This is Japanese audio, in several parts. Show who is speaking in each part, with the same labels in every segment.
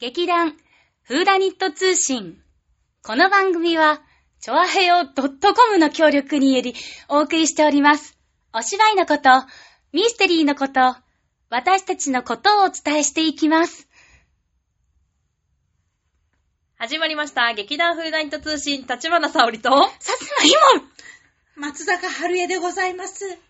Speaker 1: 劇団、フーダニット通信。この番組は、チョアヘヨ .com の協力によりお送りしております。お芝居のこと、ミステリーのこと、私たちのことをお伝えしていきます。
Speaker 2: 始まりました。劇団フーダニット通信、立花沙織と、
Speaker 1: さつまいも
Speaker 3: 松坂春江でございます。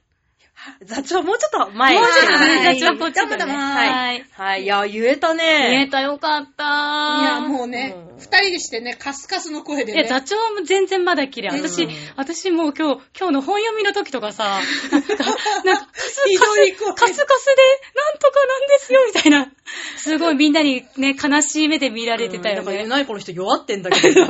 Speaker 2: 座長もうちょっと前。
Speaker 1: もうちょっと
Speaker 2: はい
Speaker 1: 前
Speaker 2: 座長もうちょっと
Speaker 3: たまた
Speaker 2: ね。
Speaker 3: ま
Speaker 2: はい。はい。いや、言えたね。
Speaker 1: 言えたよかった
Speaker 3: いや、もうね
Speaker 2: う、ん
Speaker 3: 二人でしてね、カスカスの声で
Speaker 1: いや、座
Speaker 3: ね。
Speaker 1: 長も全然まだ綺麗。
Speaker 3: うん
Speaker 1: 私、私もう今日、今日の本読みの時とかさ、なんか、なんかカス
Speaker 3: ひどい声
Speaker 1: カス、カスカスで、なんとかなんですよ、みたいな。すごいみんなにね、悲しい目で見られてたよ
Speaker 2: うんなんか言え
Speaker 1: ね。
Speaker 2: ないこの人弱ってんだけど。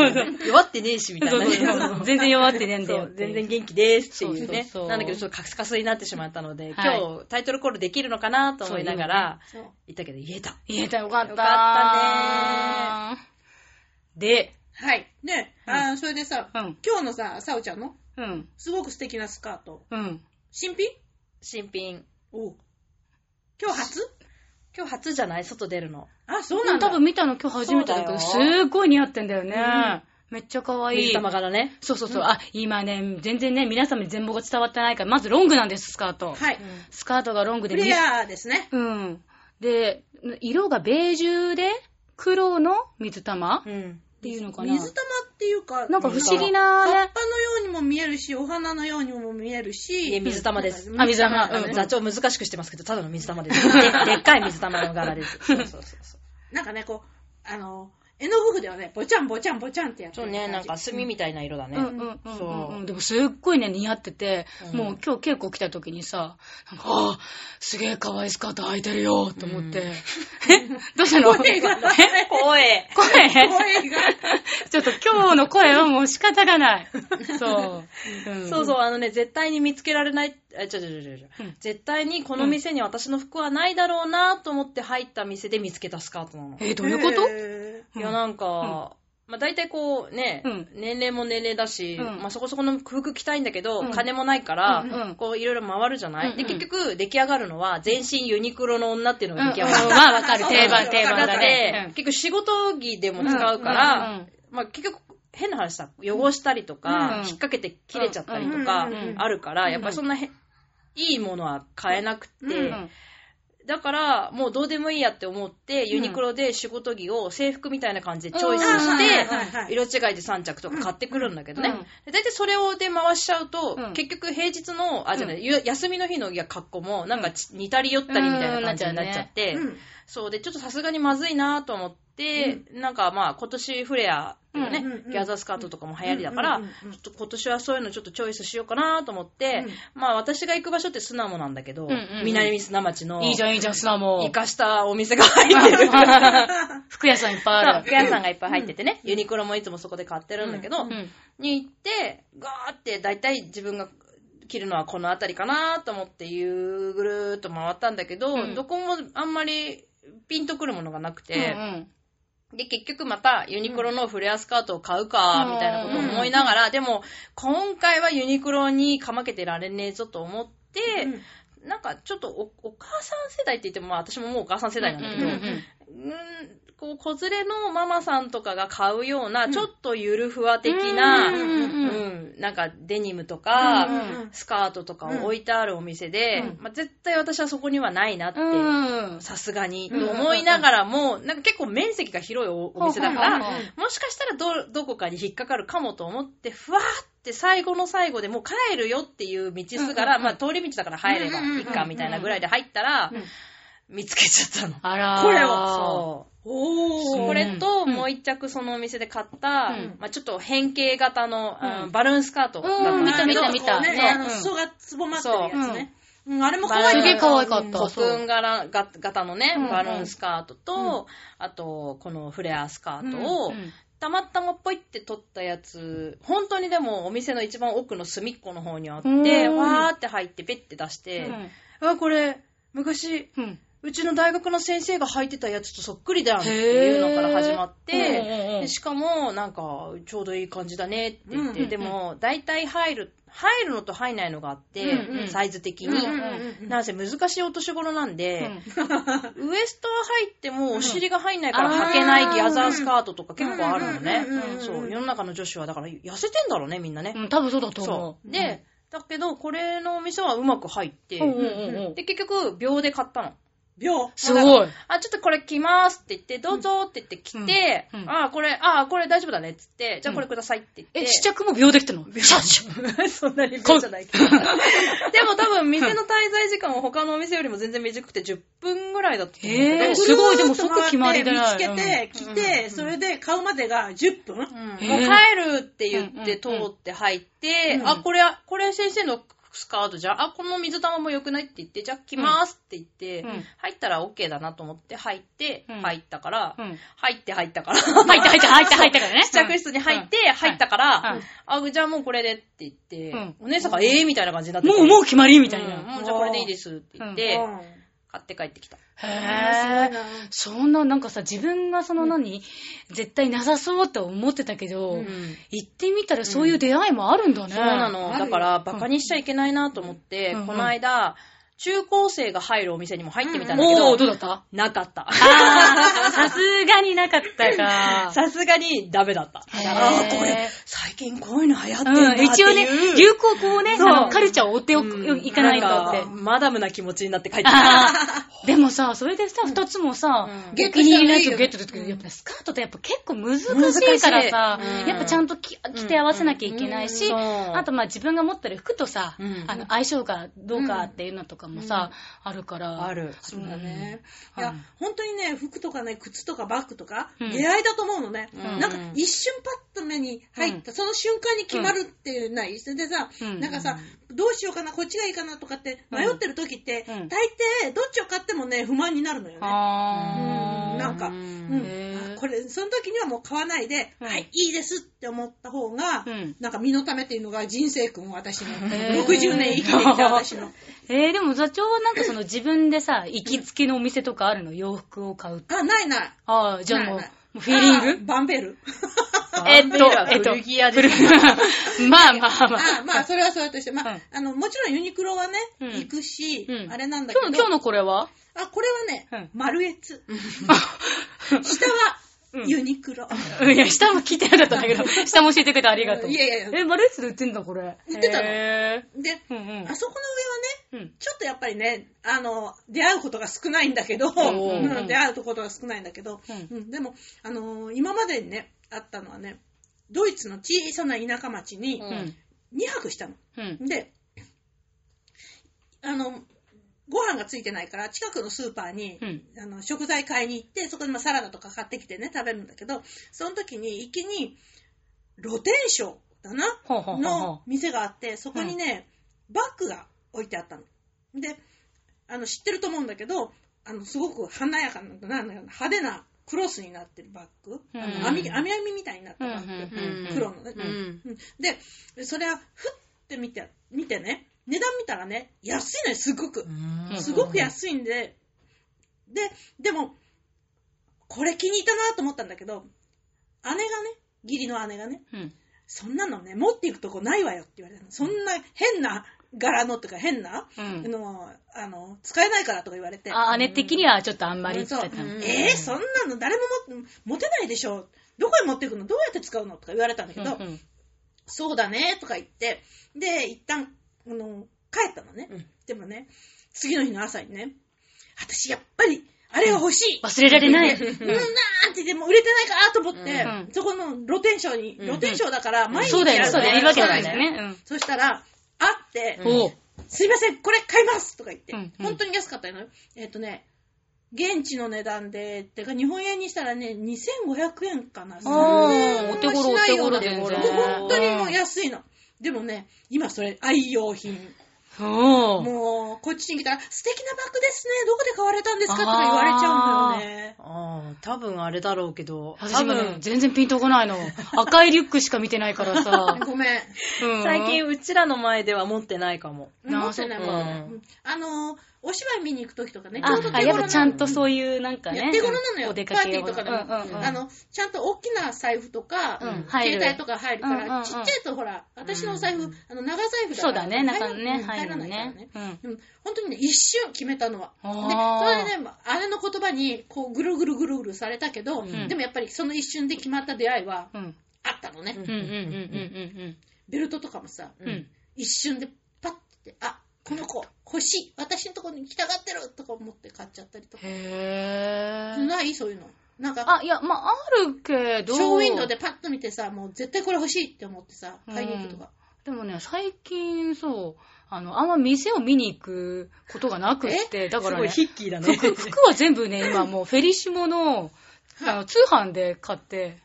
Speaker 2: 弱ってねえし、みたい
Speaker 1: そう
Speaker 2: な
Speaker 1: そう
Speaker 2: ね。
Speaker 1: そう全然弱ってねえんだ
Speaker 2: そ
Speaker 1: よっ
Speaker 2: う
Speaker 1: ていう。
Speaker 2: 全然元気ですってい
Speaker 1: そ
Speaker 2: うね
Speaker 1: うそうそう
Speaker 2: なんだけどちょっとカスカスになってしまったので、
Speaker 1: はい
Speaker 2: 今日タイトルコールできるのかなと思いながら
Speaker 3: そう
Speaker 2: 言ったけど言えた
Speaker 1: 言えたよかった。
Speaker 2: よ
Speaker 1: っ
Speaker 2: か
Speaker 1: たね。で、
Speaker 3: はい。ね、あーそれでさ、
Speaker 1: うん
Speaker 3: 今日のさ、さおちゃんの、
Speaker 1: うん、
Speaker 3: すごく素敵なスカート。
Speaker 1: うん。
Speaker 3: 新品
Speaker 2: 新品
Speaker 3: おう今日初
Speaker 2: 今日初じゃない外出るの
Speaker 3: あ、そうなんだ。
Speaker 1: 多分見たの今日初めてだけど、す
Speaker 2: そうだよ
Speaker 1: ごい似合ってんだよね。めっちゃ可愛い。
Speaker 2: 水玉柄ね
Speaker 1: そうそうそう。あ、今ね、全然ね、皆様に全貌が伝わってないから、まずロングなんです、スカート。
Speaker 3: はい。
Speaker 1: スカートがロング
Speaker 3: ク
Speaker 1: で、
Speaker 3: レアですね。
Speaker 1: うん。で、色がベージュで、黒の水玉っ
Speaker 2: うん
Speaker 1: ていうのかな。
Speaker 3: 水玉っていうか、
Speaker 1: なんか不思議な
Speaker 3: 葉っ
Speaker 1: ね。
Speaker 3: ぱのようにも見えるし、お花のようにも見える
Speaker 2: いえ
Speaker 3: し、
Speaker 2: 水玉です
Speaker 1: あ、水玉。
Speaker 2: あ
Speaker 1: う
Speaker 2: の
Speaker 1: ん。
Speaker 2: 座長難しくしてますけど、ただの水 玉です。ででっかい水玉の柄です。そうそうそうそう。
Speaker 3: なんかね、こう、あの、絵の具筆ではね、ぼちゃんぼちゃんぼちゃんってやって
Speaker 2: そう
Speaker 3: る
Speaker 2: ね、な
Speaker 3: 感
Speaker 2: ん
Speaker 3: じ
Speaker 2: か墨みたいな色だね。
Speaker 1: うん うんうんうんう
Speaker 2: そ
Speaker 1: ん。
Speaker 2: う
Speaker 1: でもすっごいね、似合ってて、
Speaker 2: うん
Speaker 1: もう今日稽古来た時にさ、なんか、ああ、すげえ可愛いスカート履いてるよ、と思って。
Speaker 2: うん
Speaker 1: え どうしたの
Speaker 3: 声が
Speaker 1: え
Speaker 2: 声
Speaker 1: 声
Speaker 3: 声が。
Speaker 1: ちょっと今日の声はもう仕方がない。そう。ん
Speaker 2: そうそう、あのね、絶対に見つけられない、え、ちょちょちょちょちょ
Speaker 1: うん
Speaker 2: 絶対にこの店に私の服はないだろうなと思って入った店で見つけたスカートなの。
Speaker 1: えー、どういうこと、
Speaker 3: え
Speaker 1: うん
Speaker 2: いや、なんか、まあ大体こうね、
Speaker 1: うん
Speaker 2: 年齢も年齢だし、
Speaker 1: うん
Speaker 2: まあそこそこの服着たいんだけど、
Speaker 1: うん
Speaker 2: 金もないから、
Speaker 1: うん
Speaker 2: こういろいろ回るじゃない、
Speaker 1: うん
Speaker 2: で、
Speaker 1: うん
Speaker 2: 結局出来上がるのは全身ユニクロの女っていうのが出来上がる。
Speaker 1: うんうんまあわかる。定番、
Speaker 3: うん
Speaker 1: 定番
Speaker 2: だ
Speaker 1: だ
Speaker 2: っ
Speaker 1: ね
Speaker 2: て。、結局仕事着でも使うから、
Speaker 1: うんうんうん
Speaker 2: まあ結局、変な話さ、汚したりと
Speaker 1: うん
Speaker 2: か、引っ掛けて切れちゃったりとか
Speaker 3: うんうんうんう、ん
Speaker 2: あるから、やっぱりそんなへ、いいものは買えなくて、だから、もうどうでもいいやって思って、ユニクロで仕事着を制服みたいな感じでチョイス
Speaker 3: うんはいはい
Speaker 2: し
Speaker 3: は
Speaker 2: て、
Speaker 3: い
Speaker 2: 色違いで3着とか買ってくるんだけどね
Speaker 1: うん。
Speaker 2: で大体それをで回しちゃうと
Speaker 1: うん、
Speaker 2: 結局平日の、あ、じゃない、ゆ休みの日のいや格好も、なんかち似たり寄ったりみたいな感じになっちゃって、
Speaker 3: うん
Speaker 2: そうで、ちょっとさすがにまずいなと思って、なんかまあ今年フレアのね、
Speaker 3: うんうんうん
Speaker 2: ギャザースカートとかも流行りだから、
Speaker 3: うんうんうんうん
Speaker 2: ちょっと今年はそういうのちょっとチョイスしようかなと思って、まあ私が行く場所って砂もなんだけど、
Speaker 1: んうんうん
Speaker 2: 南砂町の、
Speaker 1: いいじゃん、いいじゃん、砂も
Speaker 2: 生。かしたお店が入ってる。
Speaker 1: 服屋さんいっぱい
Speaker 2: そ
Speaker 1: ある。
Speaker 2: う服屋さんがいっぱい入っててね、 ユニクロもいつもそこで買ってるんだけど、
Speaker 3: うん
Speaker 1: うん
Speaker 2: に行って、ガーって大体自分が着るのはこの辺りかなと思ってゆぐるーっと回ったんだけど、
Speaker 1: うん
Speaker 2: どこもあんまりピンとくるものがなくて、
Speaker 1: うん
Speaker 2: で、結局またユニクロのフレアスカートを買うか、みたいなことを思いながら、でも、今回はユニクロにかまけてられねえぞと思って、なんかちょっとおお母さん世代って言っても、まあ私ももうお母さん世代なんだけど、
Speaker 1: う
Speaker 2: うんん
Speaker 1: うんうん
Speaker 2: こう、子連れのママさんとかが買うような、ちょっとゆるふわ的
Speaker 1: う
Speaker 2: な、
Speaker 1: んうん
Speaker 2: う
Speaker 1: うんうん
Speaker 2: ん、なんかデニムとか、
Speaker 1: うん
Speaker 2: スカートとかを置いてあるお店で、
Speaker 3: うん
Speaker 2: まあ、絶対私はそこにはないなって、
Speaker 1: うん
Speaker 2: さすがに、
Speaker 1: うん
Speaker 2: と思いながらも、なんか結構面積が広いおお店だか
Speaker 1: ほうほうほ
Speaker 2: ら、もしかしたらど、どこかに引っかかるかもと思って、ふわーって最後の最後でもう帰るよっていう道すがら、まあ通り道だから入ればいいかみたいなぐらいで入ったら、見つけちゃったの。
Speaker 1: あらー
Speaker 3: これは
Speaker 2: そう。
Speaker 3: おー。
Speaker 2: これと、
Speaker 1: うん
Speaker 2: もう一着そのお店で買った、
Speaker 1: うん
Speaker 2: まあちょっと変形型の、あの
Speaker 1: うん
Speaker 2: バルーンスカートだった
Speaker 1: うん
Speaker 2: ん
Speaker 1: 見
Speaker 2: だ
Speaker 1: た見
Speaker 2: けど、
Speaker 1: た見た
Speaker 3: ね、
Speaker 1: ね
Speaker 3: あの、裾がつぼまってるやつね。うん、あれも可
Speaker 2: す
Speaker 3: 愛い
Speaker 2: げえ
Speaker 1: 可愛かった
Speaker 2: コプーン柄が型のね、
Speaker 1: うん
Speaker 2: バルーンスカートと、あと、このフレアスカートを、
Speaker 1: うん
Speaker 2: たまたまぽいって取ったやつ、本当にでもお店の一番奥の隅っこの方にあって、
Speaker 1: うん
Speaker 2: わーって入ってペッて出して、うわ、これ、昔、
Speaker 1: うん
Speaker 2: うちの大学の先生が履いてたやつとそっくりだよっていうのから始まって、
Speaker 1: へー
Speaker 2: でしかも、なんか、ちょうどいい感じだねって言って、
Speaker 3: うんうんうん
Speaker 2: でも、大体入る、入るのと入んないのがあって、
Speaker 1: うんうん
Speaker 2: サイズ的に。
Speaker 1: うん
Speaker 2: なんせ難しいお年頃なんで、ウエストは入ってもお尻が入んないから
Speaker 1: うん
Speaker 2: 履けないギャザースカートとか結構あるのね
Speaker 3: うんうんうんうんうん。
Speaker 2: そう、世の中の女子はだから痩せてんだろうね、みんなね。
Speaker 1: うん、多分そうだと思。
Speaker 2: そうう。で、だけど、これのお店はうまく入って、
Speaker 1: うんうんうんうん
Speaker 2: で、結局、秒で買ったの。
Speaker 3: 秒。
Speaker 1: すご
Speaker 2: い。
Speaker 1: い。
Speaker 2: あ、ちょっとこれ着ますって言って、どうぞって言って着て、
Speaker 1: うんうん
Speaker 2: あ、これ、あ、これ大丈夫だねって言って、じゃあこれくださいって言って。
Speaker 1: え、試着も秒できたのシャッシャ
Speaker 2: そんなに秒じゃない けど。でも多分店の滞在時間は他のお店よりも全然短くて10分ぐらいだったと思うけど
Speaker 1: へえー
Speaker 3: ぐるーっと
Speaker 1: すごいでも即決まりだよ
Speaker 3: 回って見つけて、来
Speaker 2: う
Speaker 3: て、
Speaker 2: ん
Speaker 3: それで買うまでが10分
Speaker 2: うんもう
Speaker 1: へー
Speaker 2: 帰るって
Speaker 1: う
Speaker 2: 言
Speaker 1: んうん
Speaker 2: っ
Speaker 1: う
Speaker 2: て
Speaker 1: ん
Speaker 2: 通って入って、
Speaker 3: うん
Speaker 2: あ、これ、これ先生のスカートじゃん、あ、この水玉も良くないって言って、じゃあ着ますって言って、
Speaker 1: うん
Speaker 2: 入ったら OK だなと思って入って、
Speaker 1: うん
Speaker 2: 入ったから、
Speaker 1: うん
Speaker 2: 入って入ったから、
Speaker 1: 入った入った入った入ったからね。
Speaker 2: 試着室に入って、入ったから、あ、じゃあもうこれでって言って、
Speaker 1: うん
Speaker 2: お姉さんが、ええみたいな感じになって
Speaker 1: もうもう決まりみたい
Speaker 2: うん
Speaker 1: な。
Speaker 2: もうじゃあこれでいいですって言って、
Speaker 3: うん
Speaker 2: 買って帰ってきた。
Speaker 1: へえ。そんな、なんかさ、自分がその何、絶対なさそうって思ってたけど、
Speaker 3: うん
Speaker 1: 行ってみたらそういう出会いもあるんだね。
Speaker 2: そうなの。
Speaker 3: ある
Speaker 2: だから、バカにしちゃいけないなと思って、
Speaker 1: うん
Speaker 2: この間、中高生が入るお店にも入ってみたんだけど、
Speaker 1: おー、どうだった
Speaker 2: なかった。
Speaker 1: あーさすがになかったか。
Speaker 2: さすがにダメだった。
Speaker 1: へー
Speaker 2: ああ、これ、最近こういうの流行ってんだっ
Speaker 1: う
Speaker 2: て
Speaker 1: ん、
Speaker 2: いう。
Speaker 1: 一応ね、流行語をね、
Speaker 2: そう
Speaker 1: あのカルチャーを追っておく
Speaker 2: うん
Speaker 1: いかないとっ
Speaker 2: ん
Speaker 1: て
Speaker 2: か。マダムな気持ちになって帰ってきた。
Speaker 1: あーでもさ、それでさ、二つもさ
Speaker 2: うん、
Speaker 1: お気に入りのやつをゲットできるけど、やっぱスカートってやっぱ結構難しいからさ
Speaker 2: 難しい、うん
Speaker 1: やっぱちゃんとき着て合わせなきゃいけないし、
Speaker 2: うんうん
Speaker 1: あとまあ自分が持ってる服とさ
Speaker 2: うん、
Speaker 1: あの相性がどうかっていうのとかもさ、あるから。
Speaker 2: ある。
Speaker 3: そうだね。
Speaker 1: う
Speaker 3: い
Speaker 1: ん
Speaker 3: や
Speaker 1: はい、
Speaker 3: 本当にね、服とかね、靴とかバッグとか、
Speaker 1: うん
Speaker 3: 出会いだと思うのね。
Speaker 2: うん
Speaker 3: なんか、一瞬パッと目に入った、その瞬間に決まるっていうない。それでさ
Speaker 1: う、ん
Speaker 3: なんかさ、どうしようかな、こっちがいいかなとかって迷ってる時って、
Speaker 1: うんうん
Speaker 3: 大抵、どっちを買ってもね、不満になるのよね。
Speaker 1: あー
Speaker 3: うんなんか、うん
Speaker 1: へー
Speaker 3: あこれ、その時にはもう買わないで、
Speaker 1: うん
Speaker 3: はい、いいですって思った方が、
Speaker 1: うん
Speaker 3: なんか身のためっていうのが人生君、私の。
Speaker 1: へー
Speaker 3: 60年生きてきた私 の。
Speaker 1: えー、でも座長はなんかその自分でさ、行きつけのお店とかあるの洋服を買う。
Speaker 3: あ、ないない。
Speaker 1: ああ、じゃあもう、
Speaker 3: ないない
Speaker 1: もうフィーリン
Speaker 3: あ
Speaker 1: グ
Speaker 3: バンベル。
Speaker 1: えっと、えっと、
Speaker 2: 古着屋で
Speaker 1: 古着 まあ まあま
Speaker 3: あ
Speaker 1: あ。
Speaker 3: まあ、それはそれとして、まあ、
Speaker 1: うん
Speaker 3: あの、もちろんユニクロはね、
Speaker 1: うん
Speaker 3: 行くし、
Speaker 1: うん
Speaker 3: あれなんだけ
Speaker 1: 今
Speaker 3: ど、
Speaker 1: 日の、今日のこれは
Speaker 3: あ、これはね、
Speaker 1: う
Speaker 3: マルエツ。下は、ユニクロ。
Speaker 1: うん、いや、下も聞いてなかったんだけ ど、下も教えてくれ てありがとう。
Speaker 3: いやいやいや
Speaker 1: え、マルエツで売ってんだ、これ。
Speaker 3: 売ってたの
Speaker 1: へ
Speaker 3: で、
Speaker 1: ーうん
Speaker 3: あそこの上はね、
Speaker 1: うん。うん。
Speaker 3: ちょっとやっぱりね、あの、出会うことが少ないんだけど、
Speaker 2: お
Speaker 1: ー
Speaker 3: うん出会うことが少ないんだけど、
Speaker 1: うん
Speaker 3: うんでも、あのー今までにね、あったのはね、ドイツの小さな田舎町に
Speaker 2: うん
Speaker 1: うん。
Speaker 3: 2泊したの。
Speaker 1: うん。
Speaker 3: で、あの、ご飯がついてないから、近くのスーパーに、
Speaker 1: うん
Speaker 3: あの食材買いに行って、そこでまあサラダとか買ってきてね、食べるんだけど、その時に一気に露天商だな、
Speaker 1: ほうほうほうほう
Speaker 3: の店があって、そこにね、バッグが置いてあったの。で、あの、知ってると思うんだけど、あの、すごく華やかな、なんだよ派手なクロスになってるバッグ。
Speaker 1: うん
Speaker 3: あの網、網網みたいになったバッグ。
Speaker 1: うん
Speaker 2: うん
Speaker 3: 黒のね、
Speaker 2: うん
Speaker 3: うんで、それは、ふって見て、見てね、値段見たらね、安いのよ、すごく。
Speaker 1: うん
Speaker 3: すごく安いんで、で、でも、これ気に入ったなと思ったんだけど、姉がね、義理の姉がね、
Speaker 1: うん。
Speaker 3: そんなのね、持っていくとこないわよって言われたの。そんな変な柄のとか変な、
Speaker 1: うん
Speaker 3: あの、あの、使えないからとか言われて。
Speaker 1: あ、姉的にはちょっとあんまりって
Speaker 3: そ
Speaker 1: 言
Speaker 3: う
Speaker 1: ってたの。
Speaker 2: ん
Speaker 3: えー、そんなの誰も持って持てないでしょ。どこへ持っていくのどうやって使うのとか言われたんだけど、
Speaker 1: うんうん
Speaker 3: そうだねとか言って、で、一旦、あの、帰ったのね。
Speaker 2: うん
Speaker 3: でもね、次の日の朝にね、私やっぱり、あれが欲しい、
Speaker 1: 忘れられない。
Speaker 3: うん、なーって、でも売れてないかなと思って、
Speaker 1: うんうん
Speaker 3: そこの露天商に、
Speaker 2: うん
Speaker 3: 露天商だから毎日
Speaker 1: そうだよ、
Speaker 3: やる
Speaker 1: そ
Speaker 3: の
Speaker 1: うだよ。
Speaker 2: ね
Speaker 1: 言い訳ないよ
Speaker 2: そうだ
Speaker 1: ね。うん。
Speaker 3: そしたら、会って、
Speaker 2: うん
Speaker 1: おう。
Speaker 3: すいません、これ買いますとか言って、
Speaker 1: うんうん
Speaker 3: 本当に安かったのよ。えっ、とね、現地の値段で、てか日本円にしたらね、2500円かな。
Speaker 1: あー
Speaker 3: 3000
Speaker 1: お手頃
Speaker 3: もしないような
Speaker 1: お手頃
Speaker 3: もう
Speaker 1: 全然
Speaker 3: 本当にもう安いの。でもね、今それ愛用品。
Speaker 1: おう。
Speaker 3: もう、こっちに来たら、素敵なバッグですね、どこで買われたんですかとか言われちゃうんだよね。
Speaker 2: ああ、多分あれだろうけど、
Speaker 1: 私
Speaker 2: 多
Speaker 1: もね
Speaker 2: 分、、
Speaker 1: 全然ピンとこないの。赤いリュックしか見てないからさ。
Speaker 3: ごめ ん。
Speaker 1: うん
Speaker 2: 最近、うちらの前では持ってないかも。
Speaker 1: なあ
Speaker 3: 持ってない
Speaker 2: そっ
Speaker 3: 持
Speaker 2: か
Speaker 3: ってないうんあのーお芝居見に行く時とかね、ちょうど
Speaker 1: あ、
Speaker 3: 手
Speaker 1: やっ
Speaker 3: 頃
Speaker 1: ぱ
Speaker 3: な
Speaker 1: ちゃんとそういう、なんか
Speaker 3: いや
Speaker 1: ね。
Speaker 3: 手頃なのよ。
Speaker 1: お出
Speaker 3: パ
Speaker 1: か
Speaker 3: ー
Speaker 1: け
Speaker 3: ティ
Speaker 1: 用
Speaker 3: ーとかでも、
Speaker 1: うんうんうん
Speaker 3: あの、ちゃんと大きな財布とか、
Speaker 1: うん入る
Speaker 3: 携帯とか入るから、
Speaker 1: うんうんうん
Speaker 3: ちっちゃいとほら、私のお財布、
Speaker 2: うん
Speaker 3: あの、長財布だから。
Speaker 1: そうだね、なんかね、
Speaker 3: 入
Speaker 1: 入
Speaker 3: ら
Speaker 1: る
Speaker 3: な
Speaker 1: の
Speaker 3: いから
Speaker 1: ね
Speaker 3: ね。。
Speaker 1: うん。
Speaker 3: うん、本当にね、一瞬決めたのは。で、
Speaker 1: あ
Speaker 3: そ
Speaker 1: ー
Speaker 3: れでね、あれの言葉に、こう、ぐるぐるぐるぐるされたけど、
Speaker 1: ん
Speaker 3: でもやっぱりその一瞬で決まった出会いは
Speaker 1: うん。
Speaker 3: あったのね。
Speaker 1: うんうんうんうん
Speaker 3: ベルトとかもさ、
Speaker 1: うんうん。うん。
Speaker 3: 一瞬でパッて、あ、この子、欲しい、私のところに来たがってるとか思って買っちゃったりとか。
Speaker 1: へー。
Speaker 3: ないそういうの。なんか、
Speaker 1: あ、いや、まあ、あるけど。
Speaker 3: ショーウィンドウでパッと見てさ、もう絶対これ欲しいって思ってさ、買いに行くとか。
Speaker 1: でもね、最近、そう、あの、あんま店を見に行くことがなくって、だからね、
Speaker 2: ッキーだ
Speaker 1: 服 服は全部ね、 今もうフェリシモの、あの、通販で買って、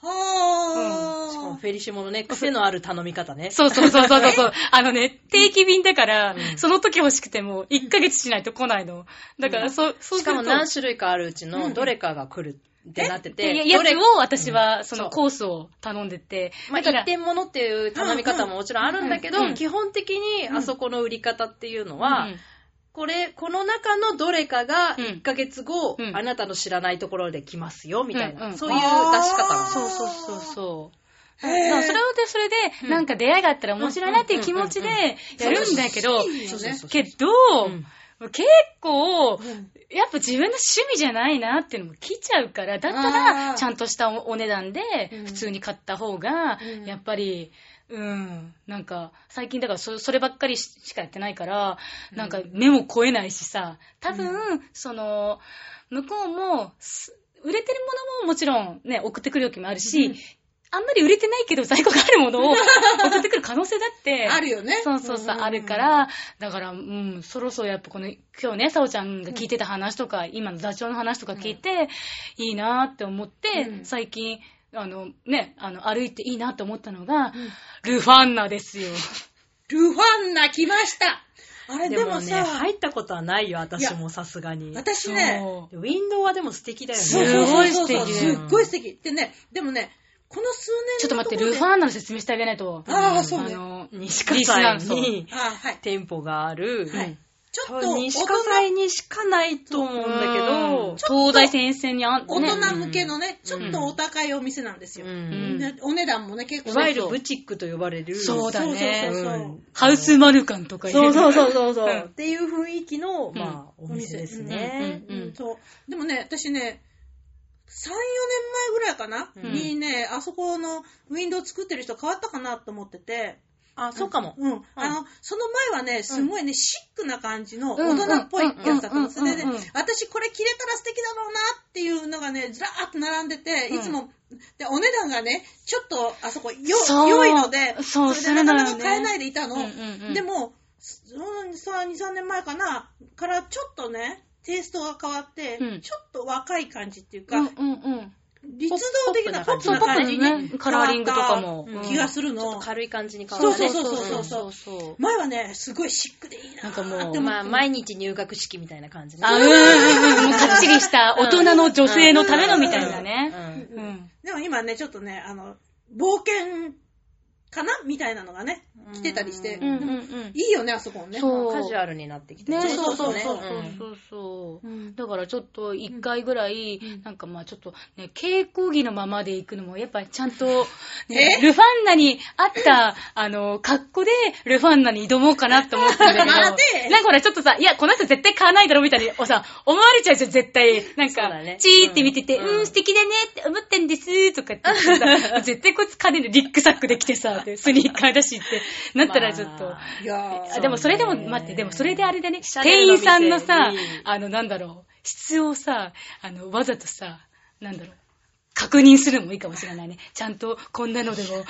Speaker 3: は
Speaker 2: しかもフェリシモのね、癖のある頼み方ね。
Speaker 1: そうそうそうそうそうそう。あのね、定期便だから、その時欲しくても、1ヶ月しないと来ないの。だから、そう、そう
Speaker 2: し
Speaker 1: す
Speaker 2: か
Speaker 1: ると。
Speaker 2: も何種類かあるうちのどれかが来るってなって
Speaker 1: って
Speaker 2: て、
Speaker 1: や
Speaker 2: ど
Speaker 1: つ
Speaker 2: れ
Speaker 1: を私は、そ
Speaker 2: そ
Speaker 1: の
Speaker 2: う
Speaker 1: コースを頼んでて。
Speaker 2: まあ、
Speaker 1: だから
Speaker 2: 一点物っていう頼み方ももちろんあるんだけど、
Speaker 1: うんうん
Speaker 2: 基本的にあそこの売り方っていうのは、
Speaker 1: うん
Speaker 2: これ、この中のどれかが
Speaker 1: うん
Speaker 2: 1ヶ月後、
Speaker 1: うん
Speaker 2: あなたの知らないところで来ますよ、みたいな、
Speaker 1: うんうん
Speaker 2: そういう出し方
Speaker 3: あー
Speaker 2: も。
Speaker 1: そうそうそうそう。
Speaker 3: へ
Speaker 1: だから
Speaker 3: ー
Speaker 1: それをで、それで、なんか出会いがあったら面白いなっていう気持ちでやるんだけど、
Speaker 3: いいよね
Speaker 2: そう
Speaker 1: けど、
Speaker 2: ん
Speaker 1: 結構、やっぱ自分の趣味じゃないなっていうのも来ちゃうから、だった
Speaker 3: あー
Speaker 1: ら、ちゃんとしたおお値段で
Speaker 3: うん、
Speaker 1: 普通に買った方が
Speaker 3: うん、
Speaker 1: やっぱり、うん、なんか、最近だからそ、そればっかりししかやってないから、なんか、目も超えないしさ、多分、その、向こうも、す売れてるものももちろんね、送ってくる時もあるし、あんまり売れてないけど在庫があるものを 送ってくる可能性だって。
Speaker 3: あるよね。
Speaker 1: そうそうそう、
Speaker 3: んんん
Speaker 1: あるか。ら、だから、うん、そろそろやっぱこの、今日ね、さおちゃんが聞いてた話とか、今の座長の話とか聞いて、いいなーって思って、
Speaker 3: うん
Speaker 1: 最近、あの、ね、あの、歩いていいなって思ったのが、ルファンナですよ。
Speaker 3: ルファンナ来ましたあれ、
Speaker 2: で
Speaker 3: で
Speaker 2: も
Speaker 3: も
Speaker 2: ね、
Speaker 3: さ、
Speaker 2: 入ったことはないよ、私もさすがに。
Speaker 3: 私ね、
Speaker 1: そう
Speaker 2: ウィンドウはでも素敵だよね。
Speaker 1: すごい素敵だよ
Speaker 3: そうそうそうすっごい素敵。でね、でもね、この数年
Speaker 1: ちょっと待って、ルフ
Speaker 3: ン
Speaker 1: ァンナの説明してあげないと。
Speaker 3: あーそうね
Speaker 1: あの、
Speaker 2: 西
Speaker 1: リスナ
Speaker 2: 葛
Speaker 1: ー
Speaker 2: 西に
Speaker 3: あ、はい。
Speaker 2: 店舗がある。
Speaker 3: はいち
Speaker 2: 多
Speaker 3: ょっ
Speaker 2: 分
Speaker 3: と大
Speaker 2: 西
Speaker 3: 人、
Speaker 2: 葛西にしかないと思うんだけど、
Speaker 1: 東大戦線にあん
Speaker 3: 大
Speaker 1: ね
Speaker 3: 人向けのね、ちょっとお高いお店なんですよ。
Speaker 2: うん
Speaker 3: でお値段もね、結
Speaker 2: い
Speaker 3: 構。
Speaker 2: わゆるブチックと呼ばれる。
Speaker 1: そうだね
Speaker 3: そうそうそう
Speaker 2: う
Speaker 3: そうん
Speaker 1: ハウスマルカンとか。。
Speaker 2: そうそうそううそうそううんっていう雰囲気の、まあ、お店ですね。
Speaker 1: うん
Speaker 3: うんそう。でもね、私ね、3、4年前ぐらいかな、
Speaker 2: うん
Speaker 3: にね、あそこのウィンドウ作ってる人変わったかなと思ってて、
Speaker 2: あ、そうかも。
Speaker 3: うん。あの、その前はね、すごいね、シックな感じ
Speaker 1: う
Speaker 3: の大
Speaker 1: ん
Speaker 3: 人っぽいやつだった
Speaker 1: うんうんう
Speaker 3: の。
Speaker 1: ん
Speaker 3: それで
Speaker 1: うんうん
Speaker 3: ね、私これ着れたら素敵だろうなっていうのがね、ずらーっと並んでて、いつも、で、お値段がね、ちょっと、あそこ、よ、
Speaker 1: そう
Speaker 3: 良いので、
Speaker 1: そう
Speaker 3: れでなかな
Speaker 1: するのよ
Speaker 3: か
Speaker 1: ね
Speaker 3: 買えないでいたの。
Speaker 1: うんうんうん
Speaker 3: でも、その2、3年前かな、からちょっとね、テイストが変わって、
Speaker 1: うん
Speaker 3: ちょっと若い感じっていう
Speaker 1: う
Speaker 3: か、
Speaker 1: んうんうん。
Speaker 3: 立動的な
Speaker 2: ポ
Speaker 3: ポ
Speaker 2: ッ
Speaker 3: ッ
Speaker 2: プ
Speaker 3: プ
Speaker 1: そう、
Speaker 3: な
Speaker 1: パパ
Speaker 3: 感
Speaker 1: の
Speaker 3: じに変わっ
Speaker 1: ね
Speaker 3: た、
Speaker 1: カラーリングとかも。
Speaker 2: うん
Speaker 3: 気がする
Speaker 2: ちょっと
Speaker 3: の。
Speaker 2: 軽い感じに変
Speaker 3: そ
Speaker 2: わ
Speaker 3: う
Speaker 2: った
Speaker 3: そ
Speaker 2: ね。
Speaker 3: うそうそうそう
Speaker 1: そうそうそう
Speaker 3: 前はね、すごいシックでいいな。
Speaker 1: なんかもう
Speaker 3: で
Speaker 2: まあ、
Speaker 3: も、
Speaker 2: 毎日入学式みたいな感じね
Speaker 1: あ、うんうんうん。もうかっちりした大人の女性のためのみたいな
Speaker 2: う
Speaker 1: ね。
Speaker 2: ん
Speaker 1: うん。うん
Speaker 3: でも今ね、ちょっとね、あの、冒険かなみたいなのがね、来てたりして、
Speaker 1: うん
Speaker 3: でも
Speaker 1: うん。
Speaker 3: いいよね、あそこもね。
Speaker 1: そう
Speaker 2: カジュアルになってきて。
Speaker 1: ね、
Speaker 3: そうそうそ
Speaker 1: そう
Speaker 3: う
Speaker 1: そう
Speaker 2: うん
Speaker 1: そうそううんだからちょっと一回ぐらい、なんかまあちょっとね、稽古着のままで行くのも、やっぱりちゃんと、ね、ルファンナに合った、あの、格好で、ルファンナに挑もうかなって思ってるんだけど、なん
Speaker 3: 待
Speaker 1: か
Speaker 3: て
Speaker 1: ほらちょっとさ、いや、この人絶対買わないだろみたいに、おさ、思われちゃうじゃん、絶対。なん
Speaker 2: そう
Speaker 1: か
Speaker 2: だね、
Speaker 1: チーって見てて、
Speaker 2: う
Speaker 1: うんん、素敵だねって思ってんです、とかって言ってさ、絶対こいつ金でリュックサックで来てさ、でスニーカーだしって、なったらちょっと。
Speaker 2: まあ
Speaker 3: いや
Speaker 1: あ
Speaker 3: ー
Speaker 1: でもそれでも、
Speaker 2: そうね
Speaker 1: 待って、でもそれであれだね、
Speaker 2: シャネ
Speaker 1: 店
Speaker 2: ルの
Speaker 1: 員
Speaker 2: 店
Speaker 1: さんのさ
Speaker 2: いい、
Speaker 1: あの、なんだろう、質をさ、あの、わざとさ、なんだろう、確認するのもいいかもしれないね。ちゃんと、こんなのでも、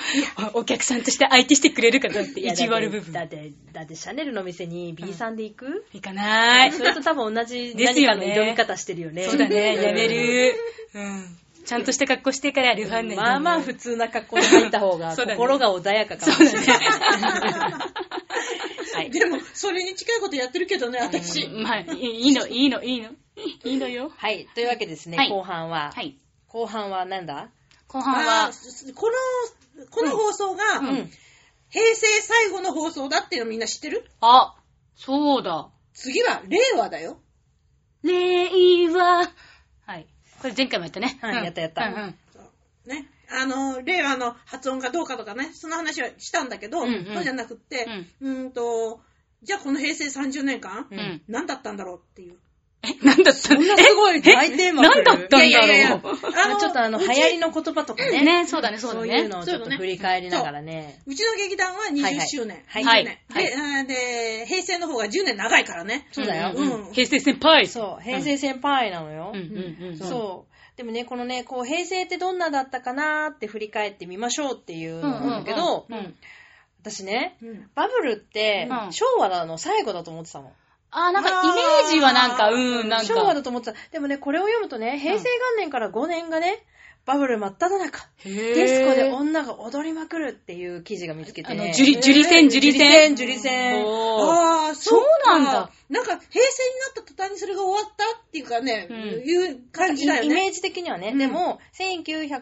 Speaker 1: おお客さんとして相手してくれるかどうって、
Speaker 2: いや
Speaker 1: 意地悪部
Speaker 2: だっ
Speaker 1: 分。
Speaker 2: て、だってシャネルの店に B さんで行く
Speaker 1: いかない。
Speaker 2: それと多分同じ
Speaker 1: です
Speaker 2: 何か
Speaker 1: よ
Speaker 2: の
Speaker 1: ね
Speaker 2: 挑み方してるよね。
Speaker 1: そうだね、
Speaker 2: ん
Speaker 1: やめ。る。うん。ちゃんとした格好してからルファンネ
Speaker 2: まあまあ普通な格好で入った方が
Speaker 1: そうだね
Speaker 2: 心が穏やかかもしれない。 はい。
Speaker 3: でも、それに近いことやってるけどね、私。
Speaker 1: まあ、いいいの、いいの、いいの。いいのよ。
Speaker 2: はい。というわけですね、
Speaker 1: はい
Speaker 2: 後半は。
Speaker 1: はい。
Speaker 2: 後半はなんだ
Speaker 1: 後半
Speaker 3: あ
Speaker 1: は、
Speaker 3: ーこの、この放送が、
Speaker 2: うん。
Speaker 3: 平成最後の放送だっていうのみんな知ってる
Speaker 1: あ、そうだ。
Speaker 3: 次は令和だよ。
Speaker 1: 令和。はい。これ前回もやったね。
Speaker 2: はい
Speaker 1: うん
Speaker 2: やったやった
Speaker 1: うんうん
Speaker 3: そうね。あの、令和の発音がどうかとかね、その話はしたんだけど、
Speaker 1: うんうん
Speaker 3: そうじゃなくって、うーんと、じゃあこの平成30年間、
Speaker 2: うん
Speaker 1: うん
Speaker 3: 何だったんだろうっていう。
Speaker 1: え、なんだった
Speaker 2: そんなすごい大テーマ
Speaker 1: えなんだったんだろう
Speaker 2: いやいやいや
Speaker 3: あの
Speaker 2: ちょっとあの、流
Speaker 3: うち
Speaker 2: 行りの言葉とかね。
Speaker 1: ね、そうだね、そうだ
Speaker 2: そう
Speaker 1: ね。
Speaker 2: いうのをちょっと振り返りながらね。
Speaker 3: うちの劇団は
Speaker 2: はい
Speaker 3: 20
Speaker 2: はい
Speaker 3: 周年。
Speaker 2: はい
Speaker 1: はい
Speaker 3: 20年
Speaker 1: はい
Speaker 3: であーで、平成の方が10年長いからね。
Speaker 2: そうだよ。
Speaker 1: うんうん
Speaker 3: うん
Speaker 1: 平成先輩。
Speaker 2: そう、平成先輩なのよ。
Speaker 1: うんうんうん。う。
Speaker 2: そう。でもね、このね、こう、平成ってどんなだったかなーって振り返ってみましょうっていうのなんだけど、
Speaker 1: うんうんうん
Speaker 2: 私ね、
Speaker 3: うん
Speaker 2: バブルって
Speaker 1: うん
Speaker 2: 昭和の最後だと思ってたの。
Speaker 1: あー、なんかイメージはなんか、
Speaker 3: あ
Speaker 1: う
Speaker 3: ー
Speaker 1: ん、なんか。
Speaker 2: 昭和だと思ってた。でもね、これを読むとね、平成元年から5年がね、バブル真っ只中。デ
Speaker 1: デ
Speaker 2: ィスコで女が踊りまくるっていう記事が見つけて
Speaker 1: あの、
Speaker 2: ね。
Speaker 1: 樹里、樹里
Speaker 2: え
Speaker 1: 線、
Speaker 2: ー
Speaker 1: 樹里線。
Speaker 2: 樹里線
Speaker 1: おー
Speaker 3: ああ、
Speaker 1: そう
Speaker 3: か
Speaker 1: なんだ。
Speaker 3: なんか、平成になった途端にそれが終わったっていうかね、
Speaker 1: うん
Speaker 3: いう感じだよね。
Speaker 2: イメージ的にはね、
Speaker 3: うん
Speaker 2: でも、